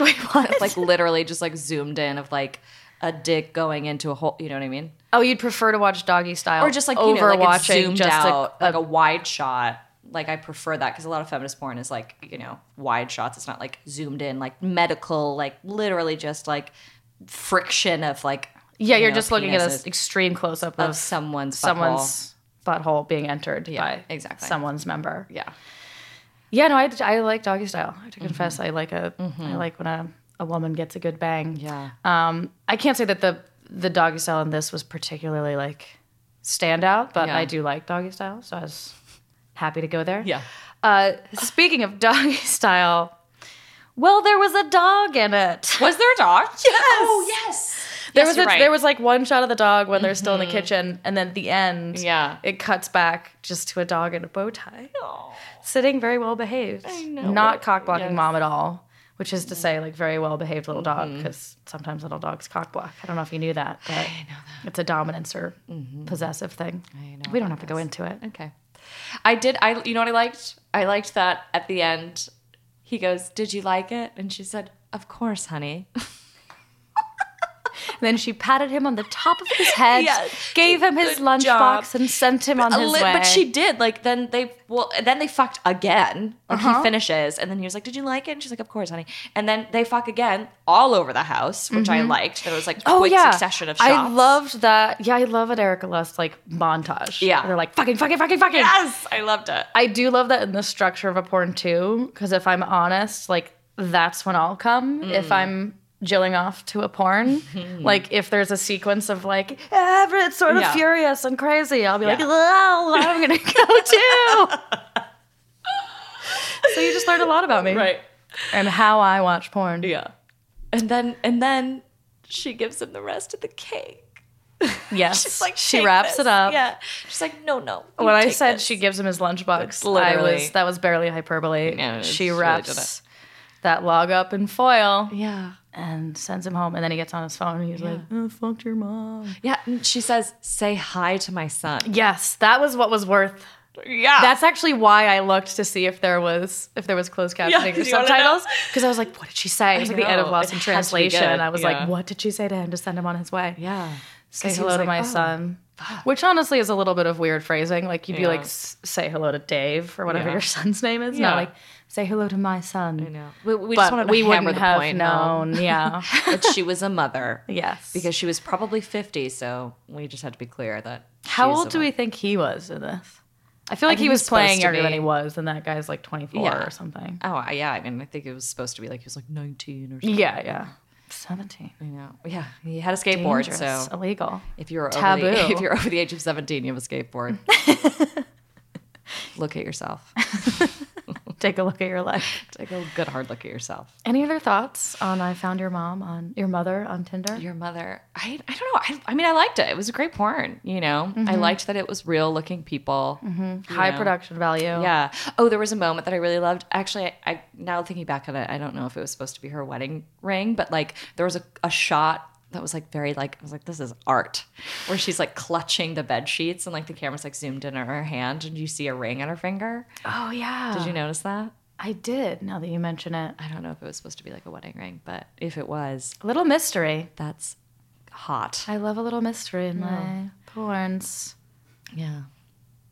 Speaker 3: Wait, what? like literally just like zoomed in of like a dick going into a hole. You know what I mean?
Speaker 4: [LAUGHS] oh, you'd prefer to watch doggy style
Speaker 3: Or just like you know, like it's
Speaker 4: overwatching
Speaker 3: zoomed
Speaker 4: just a-
Speaker 3: out, like a wide shot. Like I prefer that because a lot of feminist porn is like you know wide shots. It's not like zoomed in, like medical, like literally just like friction of like
Speaker 4: Yeah,
Speaker 3: you
Speaker 4: you're
Speaker 3: know,
Speaker 4: just looking at
Speaker 3: penises.
Speaker 4: an extreme close up
Speaker 3: of
Speaker 4: of
Speaker 3: someone's someone's
Speaker 4: someone's butthole being entered by
Speaker 3: exactly.
Speaker 4: someone's member.
Speaker 3: yeah Mm-hmm.
Speaker 4: Yeah, no, I, I like doggy style. I have to confess, I like a I like when a, a woman gets a good bang.
Speaker 3: yeah
Speaker 4: Um, I can't say that the the doggy style in this was particularly like standout, but
Speaker 3: Yeah.
Speaker 4: I do like doggy style, so I was happy to go there.
Speaker 3: Yeah.
Speaker 4: Uh, speaking of [LAUGHS] doggy style, well, there was a dog in it.
Speaker 3: [LAUGHS] was there a dog yes oh yes
Speaker 4: There
Speaker 3: Yes,
Speaker 4: was
Speaker 3: you're
Speaker 4: a,
Speaker 3: right. Mm-hmm.
Speaker 4: there was like one shot of the dog when they're still in the kitchen, and then at the end,
Speaker 3: Yeah.
Speaker 4: it cuts back just to a dog in a bow tie, sitting very well behaved,
Speaker 3: know,
Speaker 4: not
Speaker 3: but-
Speaker 4: cock blocking
Speaker 3: yes. Mm-hmm.
Speaker 4: mom at all, which is to say like very well behaved little dog because sometimes little dogs cock block. I don't know if you knew that, but it's a dominance or
Speaker 3: Mm-hmm.
Speaker 4: possessive thing. we don't have to go into it.
Speaker 3: Okay. I did. I you know what I liked? I liked that at the end. He goes, "Did you like it?" And she said, "Of course, honey."
Speaker 4: Then she patted him on the top of
Speaker 3: [LAUGHS]
Speaker 4: his head,
Speaker 3: Yes.
Speaker 4: gave him his
Speaker 3: Good job.
Speaker 4: lunchbox, and sent him on
Speaker 3: A
Speaker 4: his
Speaker 3: li-
Speaker 4: way.
Speaker 3: But she did. Like then they well then they fucked again. Like
Speaker 4: Uh-huh.
Speaker 3: he finishes and then he was like, "Did you like it?" And she's like, "Of course, honey." And then they fuck again all over the house, which I liked. There was like
Speaker 4: Mm-hmm. Oh
Speaker 3: quick
Speaker 4: yeah,
Speaker 3: succession of shots.
Speaker 4: I loved that. Yeah, I love an Erica Lust like montage.
Speaker 3: Yeah.
Speaker 4: they're like fucking, fucking, fucking, fucking.
Speaker 3: Yes, I loved it.
Speaker 4: I do love that in the structure of a porn too, because if I'm honest, like that's when I'll come
Speaker 3: Mm.
Speaker 4: if I'm jilling off to a porn. like if there's a sequence of like Everett's sort of
Speaker 3: Mm-hmm. Yeah.
Speaker 4: furious and crazy, I'll be like,
Speaker 3: Yeah.
Speaker 4: well, I'm gonna go too.
Speaker 3: [LAUGHS]
Speaker 4: so you just learned a lot about me and how I watch porn.
Speaker 3: Yeah. And then and then she gives him the rest of the cake.
Speaker 4: Yes,
Speaker 3: [LAUGHS] She's like,
Speaker 4: she
Speaker 3: "Take
Speaker 4: wraps
Speaker 3: this."
Speaker 4: it up.
Speaker 3: Yeah. She's like, no, no. you
Speaker 4: when I
Speaker 3: take
Speaker 4: said
Speaker 3: this."
Speaker 4: she gives him his lunchbox, I
Speaker 3: literally-
Speaker 4: was that was barely hyperbole.
Speaker 3: No, it's- she
Speaker 4: she
Speaker 3: really
Speaker 4: wraps
Speaker 3: did it.
Speaker 4: that log up in foil
Speaker 3: Yeah.
Speaker 4: and sends him home, and then he gets on his phone and he's like, "Oh, "Fucked your mom."
Speaker 3: Yeah. And she says, say hi to my son.
Speaker 4: Yes, that was what was worth.
Speaker 3: Yeah.
Speaker 4: That's actually why I looked to see if there was if there was closed [LAUGHS] captioning or
Speaker 3: you wanna know?
Speaker 4: subtitles because I was like, "What did she say?" It was like the end of
Speaker 3: know, it
Speaker 4: Lost in
Speaker 3: had to be
Speaker 4: Translation,
Speaker 3: good,
Speaker 4: and I was
Speaker 3: yeah.
Speaker 4: like, "What did she say to him to send him on his way?"
Speaker 3: yeah.
Speaker 4: say
Speaker 3: 'Cause he
Speaker 4: hello
Speaker 3: was
Speaker 4: to
Speaker 3: like,
Speaker 4: my
Speaker 3: "Oh."
Speaker 4: son which honestly is a little bit of weird phrasing like you'd be
Speaker 3: Yeah.
Speaker 4: like "S- say hello to dave or whatever
Speaker 3: Yeah.
Speaker 4: your [LAUGHS] son's name is
Speaker 3: Yeah.
Speaker 4: not like say hello to my son
Speaker 3: I know. We, we
Speaker 4: but
Speaker 3: just wanted to
Speaker 4: we
Speaker 3: hammer
Speaker 4: wouldn't
Speaker 3: the
Speaker 4: have
Speaker 3: point home [LAUGHS]
Speaker 4: known yeah
Speaker 3: that she was a mother.
Speaker 4: [LAUGHS] yes
Speaker 3: Because she was probably 50. So we just had to be clear that.
Speaker 4: how
Speaker 3: she's
Speaker 4: old
Speaker 3: a
Speaker 4: do
Speaker 3: mother.
Speaker 4: we think he was in this i feel like
Speaker 3: think
Speaker 4: he
Speaker 3: he
Speaker 4: was
Speaker 3: was
Speaker 4: playing
Speaker 3: supposed to
Speaker 4: younger than
Speaker 3: be-
Speaker 4: he was and that guy's like 24
Speaker 3: Yeah.
Speaker 4: or something
Speaker 3: Oh, I- yeah. I mean, I think it was supposed to be like he was like 19 or something.
Speaker 4: yeah yeah 17
Speaker 3: You know? Yeah. He had a skateboard.
Speaker 4: Dangerous,
Speaker 3: So Oh,
Speaker 4: illegal
Speaker 3: if you're, over
Speaker 4: Taboo.
Speaker 3: the, if you're over the age of 17, you have a
Speaker 4: [LAUGHS]
Speaker 3: skateboard. Look at yourself.
Speaker 4: take a look at your life
Speaker 3: [LAUGHS] Take a good hard look at yourself.
Speaker 4: any other thoughts on i found your mom on your mother on tinder
Speaker 3: Your mother. I, I don't know. I, I mean, I liked it. It was a great porn, you know? I
Speaker 4: Mm-hmm.
Speaker 3: liked that it was real looking people.
Speaker 4: high production value
Speaker 3: Yeah. Oh, there was a moment that I really loved. Actually, I, I now thinking back on it, I don't know if it was supposed to be her wedding ring, but like there was a, a shot that was like very like I was like this is art, where she's like clutching the bed sheets and like the camera's like zoomed in on her hand and you see a ring on her finger.
Speaker 4: oh yeah
Speaker 3: Did you notice that?
Speaker 4: I did. Now that you mention it,
Speaker 3: I don't know if it was supposed to be like a wedding ring, but if it was,
Speaker 4: a little mystery.
Speaker 3: that's hot.
Speaker 4: I love a little mystery in my porns.
Speaker 3: Yeah.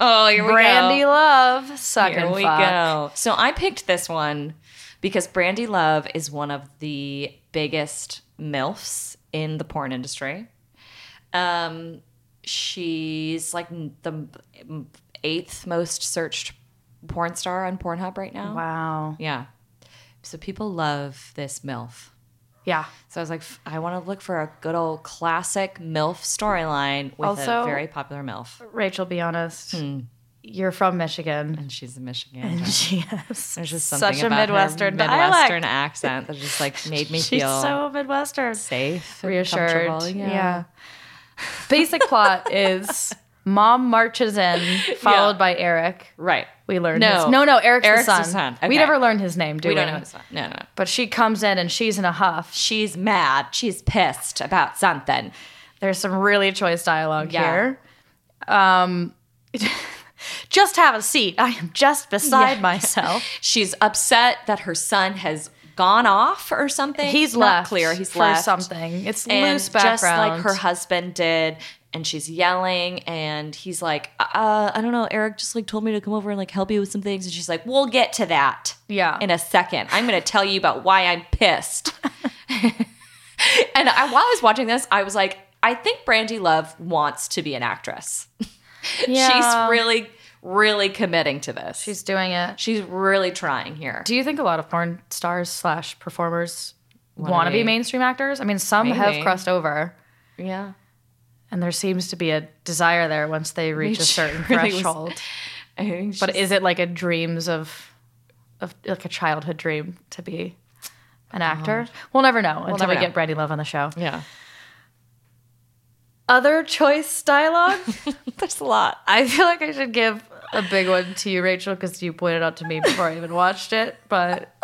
Speaker 3: Oh, here
Speaker 4: Brandy Love, suck
Speaker 3: Here
Speaker 4: and
Speaker 3: we
Speaker 4: fuck.
Speaker 3: go. So I picked this one because Brandy Love is one of the biggest MILFs in the porn industry. Um, she's like n- the m- eighth most searched porn star on Pornhub right now.
Speaker 4: Wow.
Speaker 3: Yeah. So people love this MILF.
Speaker 4: Yeah.
Speaker 3: So I was like, f- I want to look for a good old classic MILF storyline with a
Speaker 4: Also-
Speaker 3: very popular MILF.
Speaker 4: Rachel, be honest.
Speaker 3: Hmm.
Speaker 4: You're
Speaker 3: [LAUGHS]
Speaker 4: from Michigan. [LAUGHS]
Speaker 3: And she's a Michigan.
Speaker 4: She has
Speaker 3: There's just something
Speaker 4: such a
Speaker 3: about her
Speaker 4: Midwestern dialect.
Speaker 3: Midwestern accent that just like made me
Speaker 4: [LAUGHS] She's
Speaker 3: feel
Speaker 4: so Midwestern.
Speaker 3: safe, and
Speaker 4: reassured.
Speaker 3: comfortable.
Speaker 4: Yeah.
Speaker 3: [LAUGHS]
Speaker 4: Basic plot is mom marches in, followed by Eric.
Speaker 3: right.
Speaker 4: We learned
Speaker 3: No.
Speaker 4: his- no, no, Eric's,
Speaker 3: Eric's
Speaker 4: the son.
Speaker 3: the son. Okay.
Speaker 4: We never learned his name, do
Speaker 3: We
Speaker 4: we?
Speaker 3: don't know who's fun. No, no, no.
Speaker 4: But she comes in and she's in a huff.
Speaker 3: She's mad. She's pissed about something.
Speaker 4: There's some really choice dialogue
Speaker 3: Yeah.
Speaker 4: here. Um, [LAUGHS] just have a seat. I am just beside
Speaker 3: Yeah.
Speaker 4: myself.
Speaker 3: She's upset that her son has gone off or something.
Speaker 4: He's
Speaker 3: [LAUGHS] It's not
Speaker 4: left.
Speaker 3: clear. He's
Speaker 4: for
Speaker 3: left
Speaker 4: something. It's
Speaker 3: and
Speaker 4: loose background.
Speaker 3: just like her husband did and she's yelling and he's like uh, i don't know eric just like told me to come over and like help you with some things and she's like we'll get to that
Speaker 4: Yeah.
Speaker 3: in a second i'm gonna tell you about why i'm
Speaker 4: [LAUGHS]
Speaker 3: pissed and I, while i was watching this i was like i think brandy love wants to be an actress [LAUGHS]
Speaker 4: Yeah.
Speaker 3: she's really really committing to this she's
Speaker 4: She's doing it.
Speaker 3: she's really trying here
Speaker 4: Do you think a lot of porn stars slash performers want to be mainstream actors? I mean, some
Speaker 3: Maybe.
Speaker 4: have crossed over,
Speaker 3: yeah [LAUGHS]
Speaker 4: and there seems to be a desire there once they reach a
Speaker 3: Which
Speaker 4: certain
Speaker 3: [LAUGHS] really was-
Speaker 4: threshold.
Speaker 3: I think she's-
Speaker 4: But is it like a dreams of, of like a childhood dream to be an actor? We'll never know until
Speaker 3: Oh. never
Speaker 4: we
Speaker 3: know.
Speaker 4: get Brandy Love on the show.
Speaker 3: yeah
Speaker 4: Other
Speaker 3: [LAUGHS]
Speaker 4: choice dialogue.
Speaker 3: there's a lot
Speaker 4: I feel like I should give a big one to you, Rachel, because you pointed out to me before I even watched it. But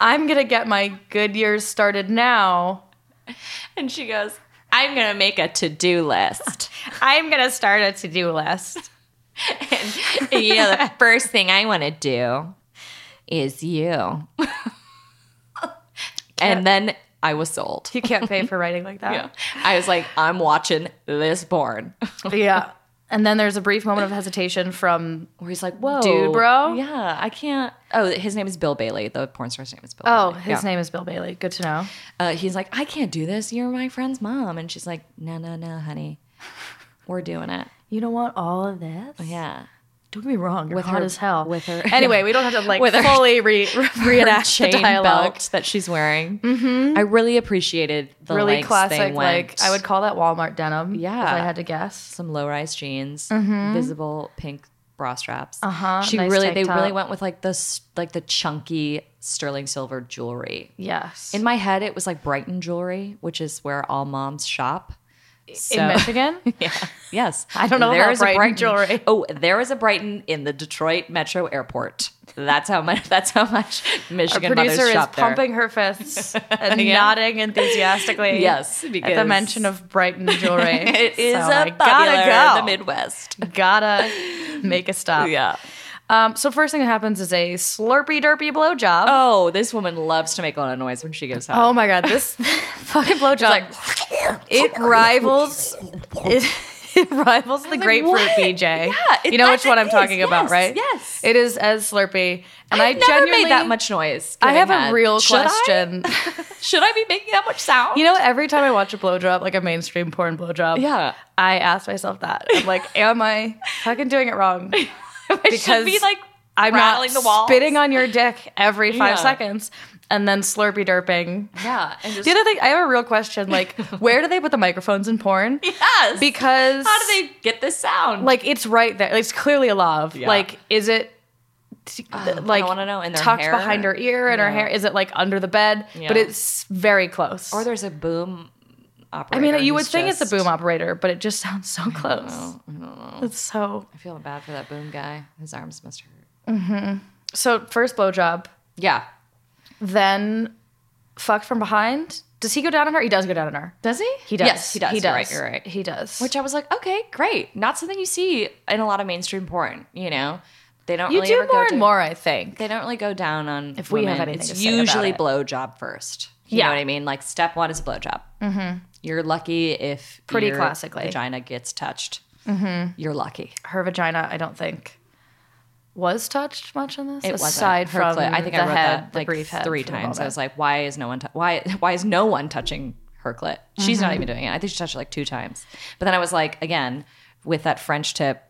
Speaker 4: I'm gonna get my good years started now.
Speaker 3: And she goes, I'm going to make a to do [LAUGHS] list.
Speaker 4: I'm gonna start a to-do list.
Speaker 3: [LAUGHS] And, you know, [LAUGHS] the first thing I want to do is you. and then I was sold.
Speaker 4: You can't pay for writing
Speaker 3: [LAUGHS]
Speaker 4: like that.
Speaker 3: I was like, I'm watching this porn.
Speaker 4: Yeah. And then there's a brief moment of hesitation from
Speaker 3: Where he's like, whoa.
Speaker 4: Dude, bro?
Speaker 3: Yeah, I can't. Oh, his name is Bill Bailey. The porn star's name is Bill
Speaker 4: Oh,
Speaker 3: Bailey.
Speaker 4: his
Speaker 3: Yeah.
Speaker 4: name is Bill Bailey. Good to know.
Speaker 3: Uh, he's like, I can't do this. You're my friend's mom. And she's like, no, no, no, honey. We're doing [LAUGHS] it.
Speaker 4: You don't want all of this?
Speaker 3: Yeah.
Speaker 4: Don't get me wrong. You're
Speaker 3: With
Speaker 4: hot
Speaker 3: her-
Speaker 4: as hell.
Speaker 3: with
Speaker 4: [LAUGHS]
Speaker 3: her-
Speaker 4: Anyway, we don't have to like
Speaker 3: With her- [LAUGHS]
Speaker 4: fully re-
Speaker 3: that
Speaker 4: [LAUGHS] reenact the
Speaker 3: chain
Speaker 4: dialogue. Mm-hmm.
Speaker 3: belt that she's wearing. I really appreciated the
Speaker 4: really
Speaker 3: lengths they
Speaker 4: classic.
Speaker 3: went.
Speaker 4: Like I would call that Walmart denim.
Speaker 3: Yeah.
Speaker 4: if I had to guess.
Speaker 3: some low rise jeans, visible pink bra straps. Uh
Speaker 4: Mm-hmm. Uh-huh,
Speaker 3: She
Speaker 4: nice
Speaker 3: really,
Speaker 4: tank
Speaker 3: they really
Speaker 4: top.
Speaker 3: went with like this, like the chunky sterling silver jewelry.
Speaker 4: Yes,
Speaker 3: In my head, it was like Brighton jewelry, which is where all moms shop. So,
Speaker 4: in Michigan.
Speaker 3: [LAUGHS] yes,
Speaker 4: I don't know
Speaker 3: There
Speaker 4: about
Speaker 3: is
Speaker 4: Brighton jewelry.
Speaker 3: Oh, there is a Brighton in the Detroit Metro Airport. That's how much. [LAUGHS] That's how much
Speaker 4: Our
Speaker 3: Michigan mothers
Speaker 4: producer is
Speaker 3: shop there.
Speaker 4: pumping
Speaker 3: [LAUGHS]
Speaker 4: her fists and nodding enthusiastically.
Speaker 3: Yes,
Speaker 4: at the
Speaker 3: because-
Speaker 4: mention of
Speaker 3: [LAUGHS]
Speaker 4: Brighton jewelry,
Speaker 3: It is
Speaker 4: So I
Speaker 3: a popular in
Speaker 4: gotta
Speaker 3: the
Speaker 4: [LAUGHS]
Speaker 3: Midwest.
Speaker 4: go.
Speaker 3: [LAUGHS]
Speaker 4: Gotta make a stop. Um, so first thing that happens is a slurpy derpy blowjob.
Speaker 3: Oh, this woman loves to make a lot of noise when she goes home.
Speaker 4: Oh my god, [LAUGHS] this fucking blowjob! it rivals it, [LAUGHS] it rivals the grapefruit
Speaker 3: what?
Speaker 4: BJ.
Speaker 3: Yeah, it-
Speaker 4: you know
Speaker 3: that
Speaker 4: which one
Speaker 3: it
Speaker 4: I'm talking
Speaker 3: is.
Speaker 4: about,
Speaker 3: Yes,
Speaker 4: right?
Speaker 3: yes.
Speaker 4: it is as slurpy, and I,
Speaker 3: I've never
Speaker 4: genuinely
Speaker 3: made that much noise.
Speaker 4: I have
Speaker 3: giving
Speaker 4: a
Speaker 3: head.
Speaker 4: real
Speaker 3: Should I?
Speaker 4: question.
Speaker 3: [LAUGHS] Should I be making that much sound?
Speaker 4: you know, every time I watch a blowjob, like a mainstream porn blowjob,
Speaker 3: Yeah.
Speaker 4: I ask myself that. I'm like, am I fucking doing it wrong?
Speaker 3: [LAUGHS] I should be like
Speaker 4: I'm
Speaker 3: rattling
Speaker 4: not
Speaker 3: the walls.
Speaker 4: spitting on your dick every five
Speaker 3: Yeah.
Speaker 4: seconds, and then slurpy derping
Speaker 3: Yeah, and just
Speaker 4: The other thing, I have a real
Speaker 3: [LAUGHS]
Speaker 4: question. Like, where do they put the microphones in porn?
Speaker 3: yes.
Speaker 4: Because
Speaker 3: how do they get this sound?
Speaker 4: Like, it's right there. It's clearly a love. Like, is it t- like
Speaker 3: Oh, I wanna know. In their
Speaker 4: tucked
Speaker 3: hair?
Speaker 4: behind her ear and her hair? Is it like under the bed?
Speaker 3: Yeah.
Speaker 4: But it's very close.
Speaker 3: or there's a boom.
Speaker 4: I
Speaker 3: Operator
Speaker 4: mean, you would
Speaker 3: who's
Speaker 4: think it's a
Speaker 3: just-
Speaker 4: boom operator, but it just sounds so close. It's so.
Speaker 3: I feel bad for that boom guy. His arms must hurt.
Speaker 4: So first blowjob,
Speaker 3: Yeah,
Speaker 4: then fuck from behind. Does he go down on her? He does go down on her.
Speaker 3: Does he?
Speaker 4: He does.
Speaker 3: Yes, he does.
Speaker 4: He does.
Speaker 3: You're right. You're right.
Speaker 4: He does.
Speaker 3: Which I was like, okay, great. Not something you see in a lot of mainstream porn. You know, they don't.
Speaker 4: you
Speaker 3: really
Speaker 4: do
Speaker 3: ever go
Speaker 4: more and
Speaker 3: down-
Speaker 4: more, I think.
Speaker 3: They don't really go down on
Speaker 4: If we have
Speaker 3: women.
Speaker 4: anything
Speaker 3: It's
Speaker 4: to say about
Speaker 3: usually
Speaker 4: it.
Speaker 3: blowjob first. You
Speaker 4: Yeah.
Speaker 3: know what I mean? Like step one is a blowjob. Mm-hmm. You're lucky if
Speaker 4: Pretty
Speaker 3: your
Speaker 4: classically. Mm-hmm.
Speaker 3: vagina gets touched. You're lucky.
Speaker 4: Her vagina, I don't think, was touched much in this.
Speaker 3: It wasn't.
Speaker 4: aside
Speaker 3: Her
Speaker 4: from
Speaker 3: clit- I think
Speaker 4: the
Speaker 3: I wrote
Speaker 4: head,
Speaker 3: that
Speaker 4: the
Speaker 3: like
Speaker 4: brief head
Speaker 3: three
Speaker 4: for the
Speaker 3: times. I
Speaker 4: moment.
Speaker 3: was like, why is no one? tou- why [LAUGHS] why is no one touching her clit? She's
Speaker 4: Mm-hmm.
Speaker 3: not even doing it. I think she touched it like two times. But then I was like, again, with that French tip,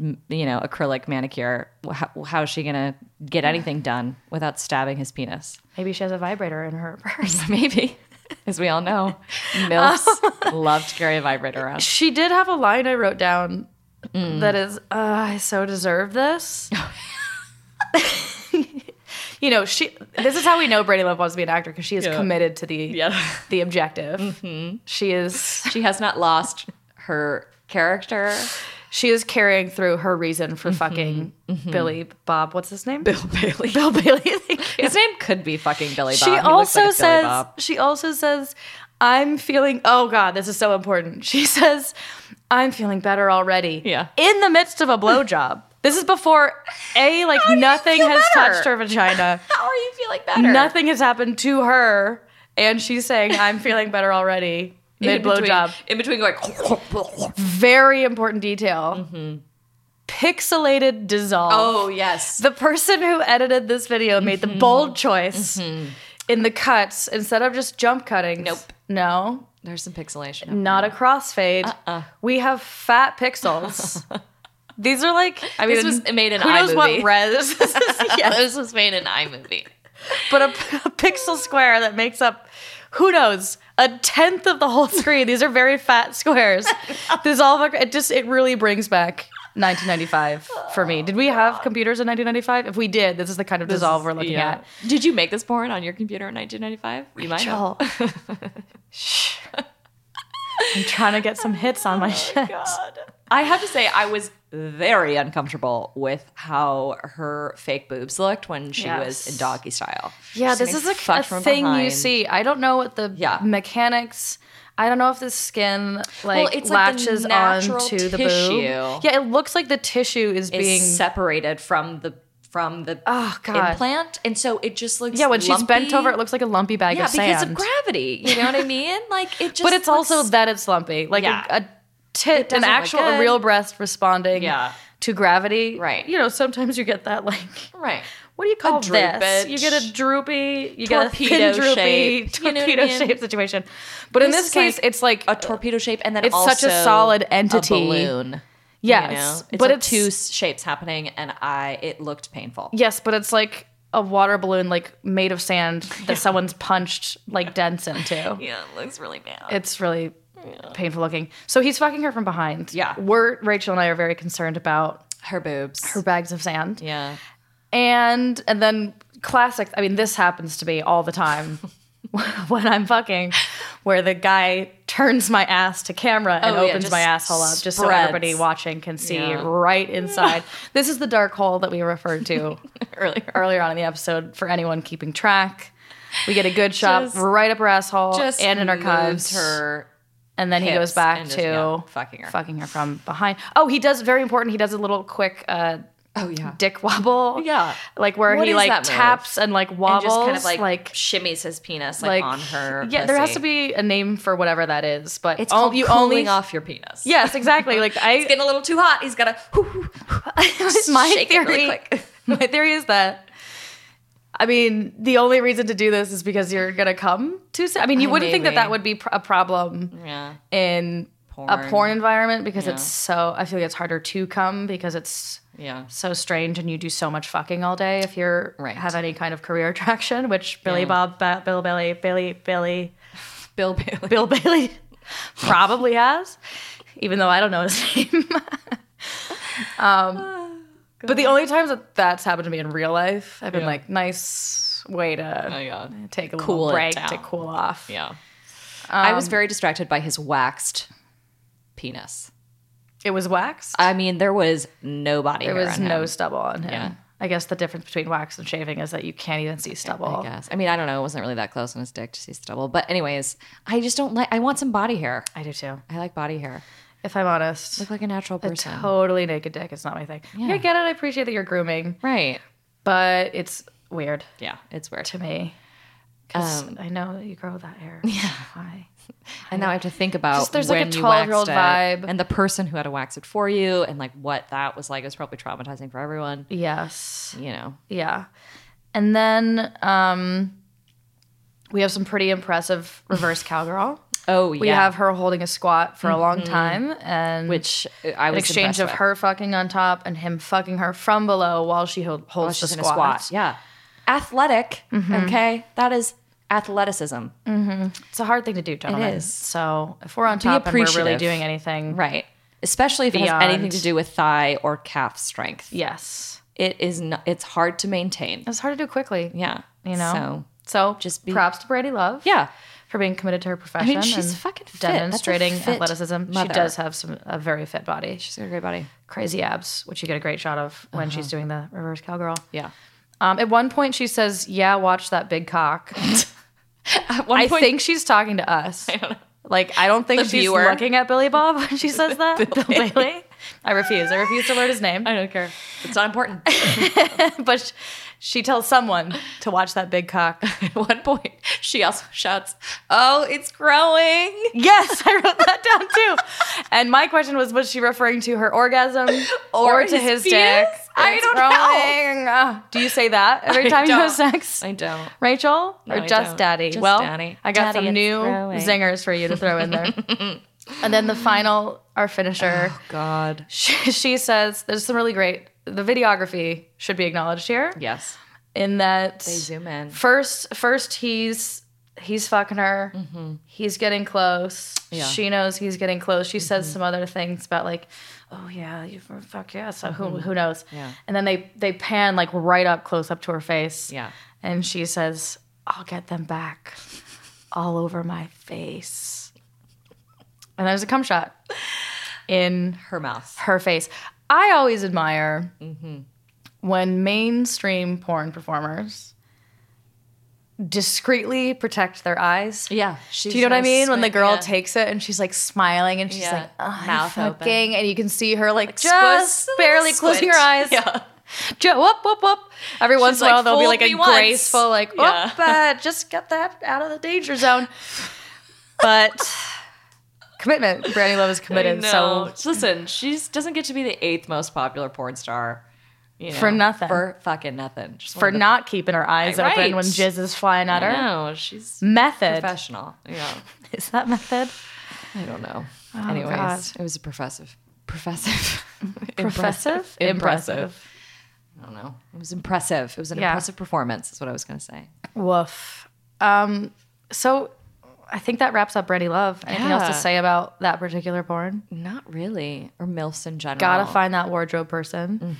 Speaker 3: m- you know, acrylic manicure, wh- how, how is she gonna get anything done without stabbing his penis?
Speaker 4: maybe she has a vibrator in her [LAUGHS]
Speaker 3: [LAUGHS]
Speaker 4: purse.
Speaker 3: Maybe, as we all [LAUGHS] know, milfs [LAUGHS] love to carry a vibrator around.
Speaker 4: She did have a line I wrote down
Speaker 3: Mm.
Speaker 4: that is, uh, I so
Speaker 3: [LAUGHS]
Speaker 4: deserve this. [LAUGHS] you know, she. This is how we know Brady Love wants to be an actor because she is committed to the the objective.
Speaker 3: Mm-hmm.
Speaker 4: She is
Speaker 3: [LAUGHS] She has not lost her character.
Speaker 4: she is carrying through her reason for
Speaker 3: Mm-hmm.
Speaker 4: fucking Billy Bob. What's his name? Bill Bailey. Bill Bailey. [LAUGHS] Thank you.
Speaker 3: His name could be fucking Billy Bob.
Speaker 4: She
Speaker 3: He looks
Speaker 4: also
Speaker 3: like a Billy
Speaker 4: says
Speaker 3: Bob.
Speaker 4: she also says I'm feeling oh god this is so important. She [LAUGHS] says I'm feeling better already.
Speaker 3: Yeah.
Speaker 4: In the midst of a blowjob. this is before a like nothing
Speaker 3: feel
Speaker 4: has
Speaker 3: better?
Speaker 4: touched her vagina.
Speaker 3: "How are you feeling [LAUGHS] better?"
Speaker 4: nothing has happened to her and she's saying I'm feeling better already. Mid blowjob.
Speaker 3: In between [LAUGHS] going, oh
Speaker 4: Very important detail.
Speaker 3: Mm-hmm.
Speaker 4: Pixelated dissolve.
Speaker 3: Oh, yes.
Speaker 4: The person who edited this video made the
Speaker 3: Mm-hmm.
Speaker 4: bold choice in the cuts instead of just jump cutting.
Speaker 3: Nope.
Speaker 4: No,
Speaker 3: There's some pixelation.
Speaker 4: not a crossfade.
Speaker 3: Uh-uh.
Speaker 4: We have fat
Speaker 3: [LAUGHS]
Speaker 4: pixels. These are like I mean,
Speaker 3: This was made in
Speaker 4: who knows
Speaker 3: iMovie.
Speaker 4: what res,
Speaker 3: [LAUGHS]
Speaker 4: [LAUGHS]
Speaker 3: yeah, this was made in iMovie.
Speaker 4: but a, a pixel square that makes up who knows a tenth of the whole screen. These are very fat squares.
Speaker 3: [LAUGHS]
Speaker 4: This all it just it really brings back. 1995 for me. Did we have computers in 1995? If we did, this is the kind of dissolve we're looking at.
Speaker 3: Did you make this porn on your computer in 1995? You might have. [LAUGHS]
Speaker 4: Chill. Oh. Shh. I'm trying to get some hits on
Speaker 3: Oh
Speaker 4: my shit.
Speaker 3: I have to say, I was very uncomfortable with how her fake boobs looked when she
Speaker 4: Yes.
Speaker 3: was in doggy style.
Speaker 4: Yeah,
Speaker 3: She's
Speaker 4: this
Speaker 3: getting
Speaker 4: is a,
Speaker 3: fucked
Speaker 4: a
Speaker 3: from
Speaker 4: thing you
Speaker 3: behind.
Speaker 4: see. I don't know what the
Speaker 3: Yeah.
Speaker 4: mechanics. I don't know if the skin like
Speaker 3: Well, it's like the
Speaker 4: latches
Speaker 3: natural
Speaker 4: onto the
Speaker 3: tissue.
Speaker 4: boob. Yeah, it looks like the tissue is,
Speaker 3: Is
Speaker 4: being.
Speaker 3: separated from the from the
Speaker 4: Oh, God.
Speaker 3: implant, and so it just looks
Speaker 4: yeah, when she's bent
Speaker 3: lumpy.
Speaker 4: over, it looks like a lumpy bag
Speaker 3: yeah
Speaker 4: of sand.
Speaker 3: because of gravity. You know what I mean? [LAUGHS] Like it just.
Speaker 4: but it's
Speaker 3: looks-
Speaker 4: also that it's lumpy, like
Speaker 3: Yeah.
Speaker 4: a, a tit, an
Speaker 3: doesn't look
Speaker 4: actual, a
Speaker 3: good.
Speaker 4: real breast responding
Speaker 3: Yeah.
Speaker 4: to gravity.
Speaker 3: Right.
Speaker 4: You know, sometimes you get that like
Speaker 3: right.
Speaker 4: what do you call
Speaker 3: droop
Speaker 4: this?
Speaker 3: bitch.
Speaker 4: You get a droopy, you
Speaker 3: Torpedo
Speaker 4: get a thin droopy
Speaker 3: shape. You know what I
Speaker 4: torpedo
Speaker 3: mean?
Speaker 4: [LAUGHS] shape situation. But in
Speaker 3: This
Speaker 4: this
Speaker 3: is
Speaker 4: case,
Speaker 3: like
Speaker 4: it's like
Speaker 3: a torpedo shape, and then
Speaker 4: It's such a
Speaker 3: also
Speaker 4: solid entity.
Speaker 3: A balloon.
Speaker 4: yes,
Speaker 3: you know? It's
Speaker 4: but
Speaker 3: like
Speaker 4: it's
Speaker 3: two s- shapes happening, and I it looked painful.
Speaker 4: yes, but it's like a water balloon like made of sand that someone's punched like dents into.
Speaker 3: Yeah, it looks really bad.
Speaker 4: It's really painful looking. So he's fucking her from behind.
Speaker 3: Yeah.
Speaker 4: we're Rachel and I are very concerned about
Speaker 3: her boobs.
Speaker 4: her bags of sand.
Speaker 3: yeah,
Speaker 4: and and then classic i mean this happens to me all the time [LAUGHS] when i'm fucking where the guy turns my ass to camera and
Speaker 3: Oh, yeah,
Speaker 4: opens
Speaker 3: just
Speaker 4: my asshole up just so
Speaker 3: spreads.
Speaker 4: everybody watching can see
Speaker 3: Yeah. [LAUGHS]
Speaker 4: right inside this is the dark hole that we referred to
Speaker 3: earlier.
Speaker 4: earlier on in the episode for anyone keeping track we get a good shot
Speaker 3: Just-
Speaker 4: right up her asshole and in her
Speaker 3: moves
Speaker 4: cuves
Speaker 3: Her.
Speaker 4: and then he
Speaker 3: hips
Speaker 4: goes back
Speaker 3: and
Speaker 4: to
Speaker 3: just, yeah, fucking her.
Speaker 4: fucking her from behind oh he does very important he does a little quick uh
Speaker 3: Oh yeah.
Speaker 4: dick wobble.
Speaker 3: Yeah.
Speaker 4: Like where
Speaker 3: What
Speaker 4: he
Speaker 3: is that
Speaker 4: like
Speaker 3: move?
Speaker 4: taps and like
Speaker 3: And
Speaker 4: wobbles.
Speaker 3: just kind of like, shimmies his penis like, on her.
Speaker 4: Yeah, there has
Speaker 3: pussy.
Speaker 4: to be a name for whatever that is, but
Speaker 3: It's
Speaker 4: all-
Speaker 3: called
Speaker 4: you
Speaker 3: cooling
Speaker 4: only
Speaker 3: off your penis.
Speaker 4: Yes,
Speaker 3: [LAUGHS]
Speaker 4: exactly. Like I
Speaker 3: it's getting a little too hot. He's
Speaker 4: [LAUGHS]
Speaker 3: gotta. [LAUGHS]
Speaker 4: my
Speaker 3: shake it
Speaker 4: theory.
Speaker 3: really
Speaker 4: [LAUGHS]
Speaker 3: quick.
Speaker 4: my theory is that I mean, the only reason to do this is because you're gonna come too soon. I mean, you
Speaker 3: Uh,
Speaker 4: wouldn't think that
Speaker 3: maybe.
Speaker 4: that would be pr- a problem
Speaker 3: yeah.
Speaker 4: in a
Speaker 3: Porn.
Speaker 4: porn environment because
Speaker 3: Yeah.
Speaker 4: it's so. I feel like it's harder to come because it's
Speaker 3: Yeah.
Speaker 4: so strange and you do so much fucking all day if you're
Speaker 3: Right.
Speaker 4: have any kind of career [LAUGHS] traction which billy bob ba- bill billy billy billy
Speaker 3: Bill Bailey.
Speaker 4: bill bailey [LAUGHS] probably has even though i don't know his [LAUGHS] name um,
Speaker 3: [SIGHS]
Speaker 4: but the only times that that's happened to me in real life i've been like nice way to
Speaker 3: yeah.
Speaker 4: take a
Speaker 3: Cool
Speaker 4: little
Speaker 3: it
Speaker 4: break
Speaker 3: down.
Speaker 4: to cool off
Speaker 3: Oh, Yeah. I
Speaker 4: Um,
Speaker 3: was very distracted by his waxed penis.
Speaker 4: it was waxed
Speaker 3: I mean, there was no body
Speaker 4: there
Speaker 3: hair
Speaker 4: was
Speaker 3: on
Speaker 4: no
Speaker 3: him.
Speaker 4: stubble on him
Speaker 3: Yeah.
Speaker 4: I guess the difference between wax and shaving is that you can't even see
Speaker 3: I
Speaker 4: stubble. I,
Speaker 3: guess. I mean, I don't know. It wasn't really that close on his dick to see stubble. But anyways, I just don't like. I want some body hair.
Speaker 4: do too.
Speaker 3: I like body hair.
Speaker 4: If I'm honest,
Speaker 3: Look like a natural
Speaker 4: a
Speaker 3: person.
Speaker 4: totally naked dick is not my thing.
Speaker 3: Yeah.
Speaker 4: I get it. I appreciate that you're grooming,
Speaker 3: right.
Speaker 4: but it's weird
Speaker 3: Yeah. It's weird.
Speaker 4: to me. 'Cause
Speaker 3: Um,
Speaker 4: I know that you grow that
Speaker 3: [LAUGHS]
Speaker 4: hair. Yeah. Why?
Speaker 3: And now I have to think about
Speaker 4: Just there's, like, a
Speaker 3: when you
Speaker 4: 12-year-old
Speaker 3: waxed it
Speaker 4: vibe.
Speaker 3: and the person who had to wax it for you and like what that was like. It was probably traumatizing for everyone.
Speaker 4: Yes.
Speaker 3: You know.
Speaker 4: Yeah. And then um, we have some pretty impressive
Speaker 3: [LAUGHS]
Speaker 4: reverse cowgirl.
Speaker 3: Oh yeah. Mm-hmm.
Speaker 4: We have her holding a squat for a long time, and
Speaker 3: which uh, I
Speaker 4: an
Speaker 3: was
Speaker 4: exchange
Speaker 3: impressed
Speaker 4: of
Speaker 3: with.
Speaker 4: her fucking on top and him fucking her from below while she ho- holds
Speaker 3: Well,
Speaker 4: the
Speaker 3: she's in a
Speaker 4: squat.
Speaker 3: squat. Yeah. Mm-hmm. Athletic. Okay. That is athleticism.
Speaker 4: It's a hard thing to do, gentlemen.
Speaker 3: is.
Speaker 4: So if we're on top and we're really
Speaker 3: appreciative.
Speaker 4: doing anything,
Speaker 3: Right. Especially if it has anything
Speaker 4: Beyond.
Speaker 3: to do with thigh or calf strength.
Speaker 4: Yes,
Speaker 3: It is not, it's hard to maintain.
Speaker 4: it's hard to do quickly.
Speaker 3: Yeah.
Speaker 4: you know.
Speaker 3: So,
Speaker 4: So,
Speaker 3: just
Speaker 4: just
Speaker 3: be-
Speaker 4: props to Brady Love.
Speaker 3: yeah.
Speaker 4: for being committed to her
Speaker 3: I
Speaker 4: profession.
Speaker 3: mean, she's
Speaker 4: and
Speaker 3: fucking fit. That's a
Speaker 4: demonstrating
Speaker 3: fit
Speaker 4: athleticism.
Speaker 3: mother.
Speaker 4: She does have some a very fit body. She's
Speaker 3: She's got a great body. Uh-huh.
Speaker 4: crazy abs, which you get a great shot of when she's doing the reverse cowgirl.
Speaker 3: Yeah.
Speaker 4: Um, at one point, she says, "Yeah, watch that big cock."
Speaker 3: [LAUGHS] At one
Speaker 4: I
Speaker 3: point,
Speaker 4: think she's talking
Speaker 3: [LAUGHS]
Speaker 4: to us. Like I don't think
Speaker 3: The
Speaker 4: she's
Speaker 3: viewer.
Speaker 4: looking at Billy Bob
Speaker 3: [LAUGHS]
Speaker 4: when she says that. [LAUGHS] Bill Bailey. I refuse. I refuse to learn his name.
Speaker 3: I don't care. It's not important.
Speaker 4: [LAUGHS] But sh- she tells someone to watch that big cock.
Speaker 3: [LAUGHS] At one point, she also shouts, Oh, it's growing.
Speaker 4: Yes, I
Speaker 3: [LAUGHS]
Speaker 4: wrote that down too. And my question was, was she referring to her orgasm
Speaker 3: [LAUGHS]
Speaker 4: or,
Speaker 3: Or
Speaker 4: to
Speaker 3: his
Speaker 4: his,
Speaker 3: penis?
Speaker 4: dick?
Speaker 3: I
Speaker 4: It's
Speaker 3: don't know.
Speaker 4: growing. Ugh. Do you say
Speaker 3: [LAUGHS]
Speaker 4: that every time you
Speaker 3: don't.
Speaker 4: have
Speaker 3: [LAUGHS]
Speaker 4: sex?
Speaker 3: I don't.
Speaker 4: Rachel
Speaker 3: No,
Speaker 4: or
Speaker 3: I
Speaker 4: just
Speaker 3: don't.
Speaker 4: daddy?
Speaker 3: Just
Speaker 4: well,
Speaker 3: daddy.
Speaker 4: I got
Speaker 3: Daddy,
Speaker 4: some
Speaker 3: it's
Speaker 4: new
Speaker 3: growing.
Speaker 4: zingers for you to throw
Speaker 3: [LAUGHS]
Speaker 4: in there. and then the final, our finisher.
Speaker 3: Oh. God.
Speaker 4: [LAUGHS] She, she says, "There's some really great. The videography should be acknowledged here.
Speaker 3: Yes.
Speaker 4: In that
Speaker 3: They zoom in.
Speaker 4: first, first he's he's fucking her. He's getting close.
Speaker 3: Mm-hmm. Yeah. Mm-hmm.
Speaker 4: She knows he's getting close. She says some other things about like." Oh yeah, you fuck yeah. So who who knows?
Speaker 3: Mm-hmm. Yeah.
Speaker 4: And then they they pan like right up close up to her face.
Speaker 3: Yeah.
Speaker 4: And she says, "I'll get them back, all over my face." And there's a cum shot in
Speaker 3: Her mouth.
Speaker 4: her face. I always admire
Speaker 3: Mm-hmm.
Speaker 4: when mainstream porn performers discreetly protect their eyes.
Speaker 3: Yeah.
Speaker 4: Do you know what I mean? When the girl
Speaker 3: takes.
Speaker 4: takes it and she's like smiling and she's
Speaker 3: Yeah.
Speaker 4: like, oh,
Speaker 3: Mouth
Speaker 4: mouth
Speaker 3: open.
Speaker 4: fucking, and you can see her like,
Speaker 3: squints,
Speaker 4: just barely closing
Speaker 3: squint.
Speaker 4: her eyes.
Speaker 3: Yeah.
Speaker 4: Ju- whoop, whoop, whoop. Every once in a
Speaker 3: like,
Speaker 4: while, there'll be
Speaker 3: "Fooled
Speaker 4: like
Speaker 3: me
Speaker 4: a
Speaker 3: once."
Speaker 4: graceful, like,
Speaker 3: Yeah.
Speaker 4: oh, but just get that out of the danger zone.
Speaker 3: [LAUGHS]
Speaker 4: But commitment. Brandy Love is committed. So
Speaker 3: So listen, she doesn't get to be the eighth most popular porn star. You know,
Speaker 4: For nothing.
Speaker 3: For fucking nothing. Just
Speaker 4: for
Speaker 3: one of
Speaker 4: not keeping her eyes
Speaker 3: Right.
Speaker 4: open when jizz is flying at
Speaker 3: the-
Speaker 4: her.
Speaker 3: No, she's
Speaker 4: Method.
Speaker 3: professional. Yeah.
Speaker 4: Is that method?
Speaker 3: I don't know. Anyways,
Speaker 4: Oh, God.
Speaker 3: it was a professive. Professive. Impressive.
Speaker 4: Professive?
Speaker 3: Impressive. [LAUGHS] I don't know. It was impressive. It was an
Speaker 4: Yeah.
Speaker 3: impressive performance, is what I was going to say.
Speaker 4: Woof. Um, so I think that wraps up Brandy Love. Anything else
Speaker 3: Yeah.
Speaker 4: to say about that particular porn?
Speaker 3: Not really. Or MILFs in general.
Speaker 4: Gotta find that wardrobe person.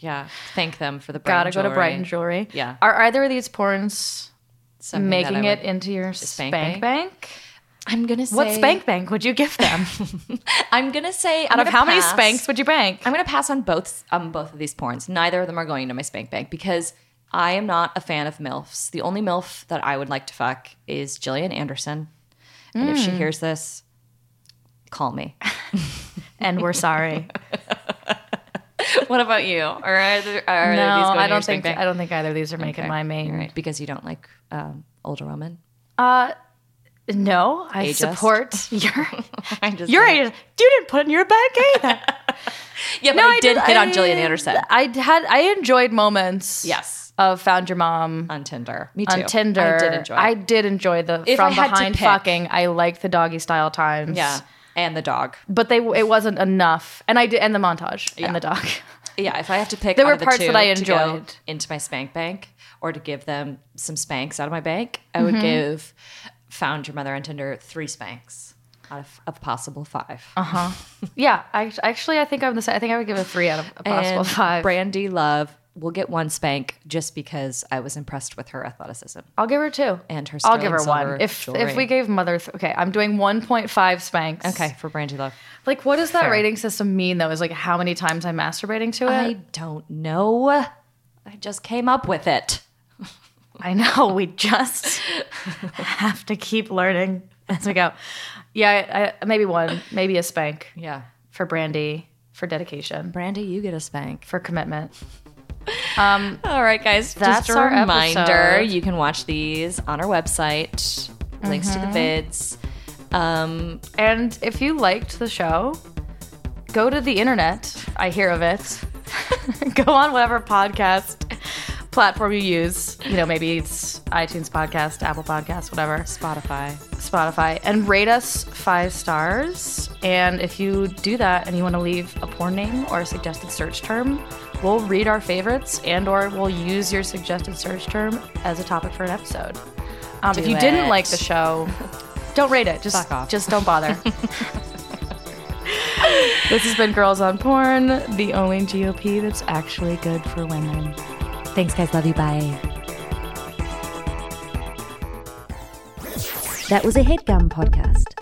Speaker 3: Yeah. Thank them for the bright
Speaker 4: Gotta go to Brighton Jewelry.
Speaker 3: Yeah.
Speaker 4: Are either of these porns making it
Speaker 3: in.
Speaker 4: into your
Speaker 3: Spank bank?
Speaker 4: spank, bank?
Speaker 3: I'm going to say.
Speaker 4: What spank bank would you give them?
Speaker 3: [LAUGHS] I'm going to say.
Speaker 4: Out of how many spanks would
Speaker 3: [LAUGHS]
Speaker 4: you bank?
Speaker 3: I'm going to pass on both um, both of these porns. Neither of them are going to my spank bank because I am not a fan of milfs. The only milf that I would like to fuck is Jillian Anderson, and if she hears this, call me.
Speaker 4: and we're sorry.
Speaker 3: [LAUGHS] what about you? Or are, there, are
Speaker 4: no,
Speaker 3: these going
Speaker 4: I
Speaker 3: to your
Speaker 4: don't
Speaker 3: spank
Speaker 4: think
Speaker 3: bank?
Speaker 4: I don't think either of these are making my main.
Speaker 3: You're right, because you don't like um, older women.
Speaker 4: Uh, no, I
Speaker 3: Ageist. [LAUGHS]
Speaker 4: support your
Speaker 3: I'm just
Speaker 4: [LAUGHS] your
Speaker 3: kidding.
Speaker 4: ageist. You didn't put in your bank
Speaker 3: [LAUGHS]
Speaker 4: either.
Speaker 3: yeah, but
Speaker 4: No,
Speaker 3: I, did hit on
Speaker 4: I-
Speaker 3: Jillian Anderson
Speaker 4: I had I enjoyed moments.
Speaker 3: Yes.
Speaker 4: Of found your mom
Speaker 3: on Tinder. Me too.
Speaker 4: on Tinder.
Speaker 3: I did enjoy.
Speaker 4: I
Speaker 3: it.
Speaker 4: did enjoy the
Speaker 3: If I
Speaker 4: from
Speaker 3: had to
Speaker 4: behind
Speaker 3: pick-
Speaker 4: fucking. I like the doggy style times.
Speaker 3: yeah, and the dog.
Speaker 4: But they it wasn't enough, and I did and the montage
Speaker 3: Yeah.
Speaker 4: and the dog. [LAUGHS]
Speaker 3: Yeah, if I have to pick,
Speaker 4: There
Speaker 3: out
Speaker 4: were
Speaker 3: of the
Speaker 4: parts
Speaker 3: two
Speaker 4: that I
Speaker 3: to go
Speaker 4: enjoyed.
Speaker 3: into my spank bank, or to give them some spanks out of my bank. I would
Speaker 4: Mm-hmm.
Speaker 3: give "Found Your Mother on Tinder" three spanks out of a possible 5 [LAUGHS]
Speaker 4: Yeah, I, actually, I think I'm the same. I think I would give a three out of a possible
Speaker 3: and
Speaker 4: five.
Speaker 3: Brandy Love will get one spank just because I was impressed with her athleticism.
Speaker 4: I'll give her two.
Speaker 3: And her
Speaker 4: I'll give her
Speaker 3: sterling
Speaker 4: one.
Speaker 3: silver
Speaker 4: If
Speaker 3: jewelry.
Speaker 4: if we gave mother, th- okay, I'm doing 1.5 spanks.
Speaker 3: Okay, for Brandy Love,
Speaker 4: Like, what does that
Speaker 3: Fair.
Speaker 4: rating system mean though? Is like how many times I'm masturbating to it?
Speaker 3: I don't know. I just came up with it.
Speaker 4: I know. We just have to keep learning as we go. Yeah, I, I, maybe one, maybe a spank
Speaker 3: Yeah.
Speaker 4: for Brandy, for dedication,
Speaker 3: Brandy, you get a spank.
Speaker 4: for commitment.
Speaker 3: [LAUGHS] All right, guys.
Speaker 4: That's
Speaker 3: just a
Speaker 4: our
Speaker 3: reminder.
Speaker 4: episode.
Speaker 3: You can watch these on our website. Links to the
Speaker 4: Mm-hmm.
Speaker 3: vids. Um,
Speaker 4: And if you liked the show, go to the internet. I hear of it. [LAUGHS] go on whatever podcast platform you use. You know, maybe it's iTunes Podcast, Apple Podcast, whatever.
Speaker 3: Spotify.
Speaker 4: Spotify and rate us five stars. And if you do that and you want to leave a porn name or a suggested search term, we'll read our favorites and or we'll use your suggested search term as a topic for an episode. Um, if you
Speaker 3: it.
Speaker 4: didn't like the show, don't rate it. Just
Speaker 3: Fuck off.
Speaker 4: just don't
Speaker 3: [LAUGHS]
Speaker 4: bother. this has been Girls on Porn, the only GOP that's actually good for women.
Speaker 2: Thanks, guys. Love you. Bye. That was a headgum podcast.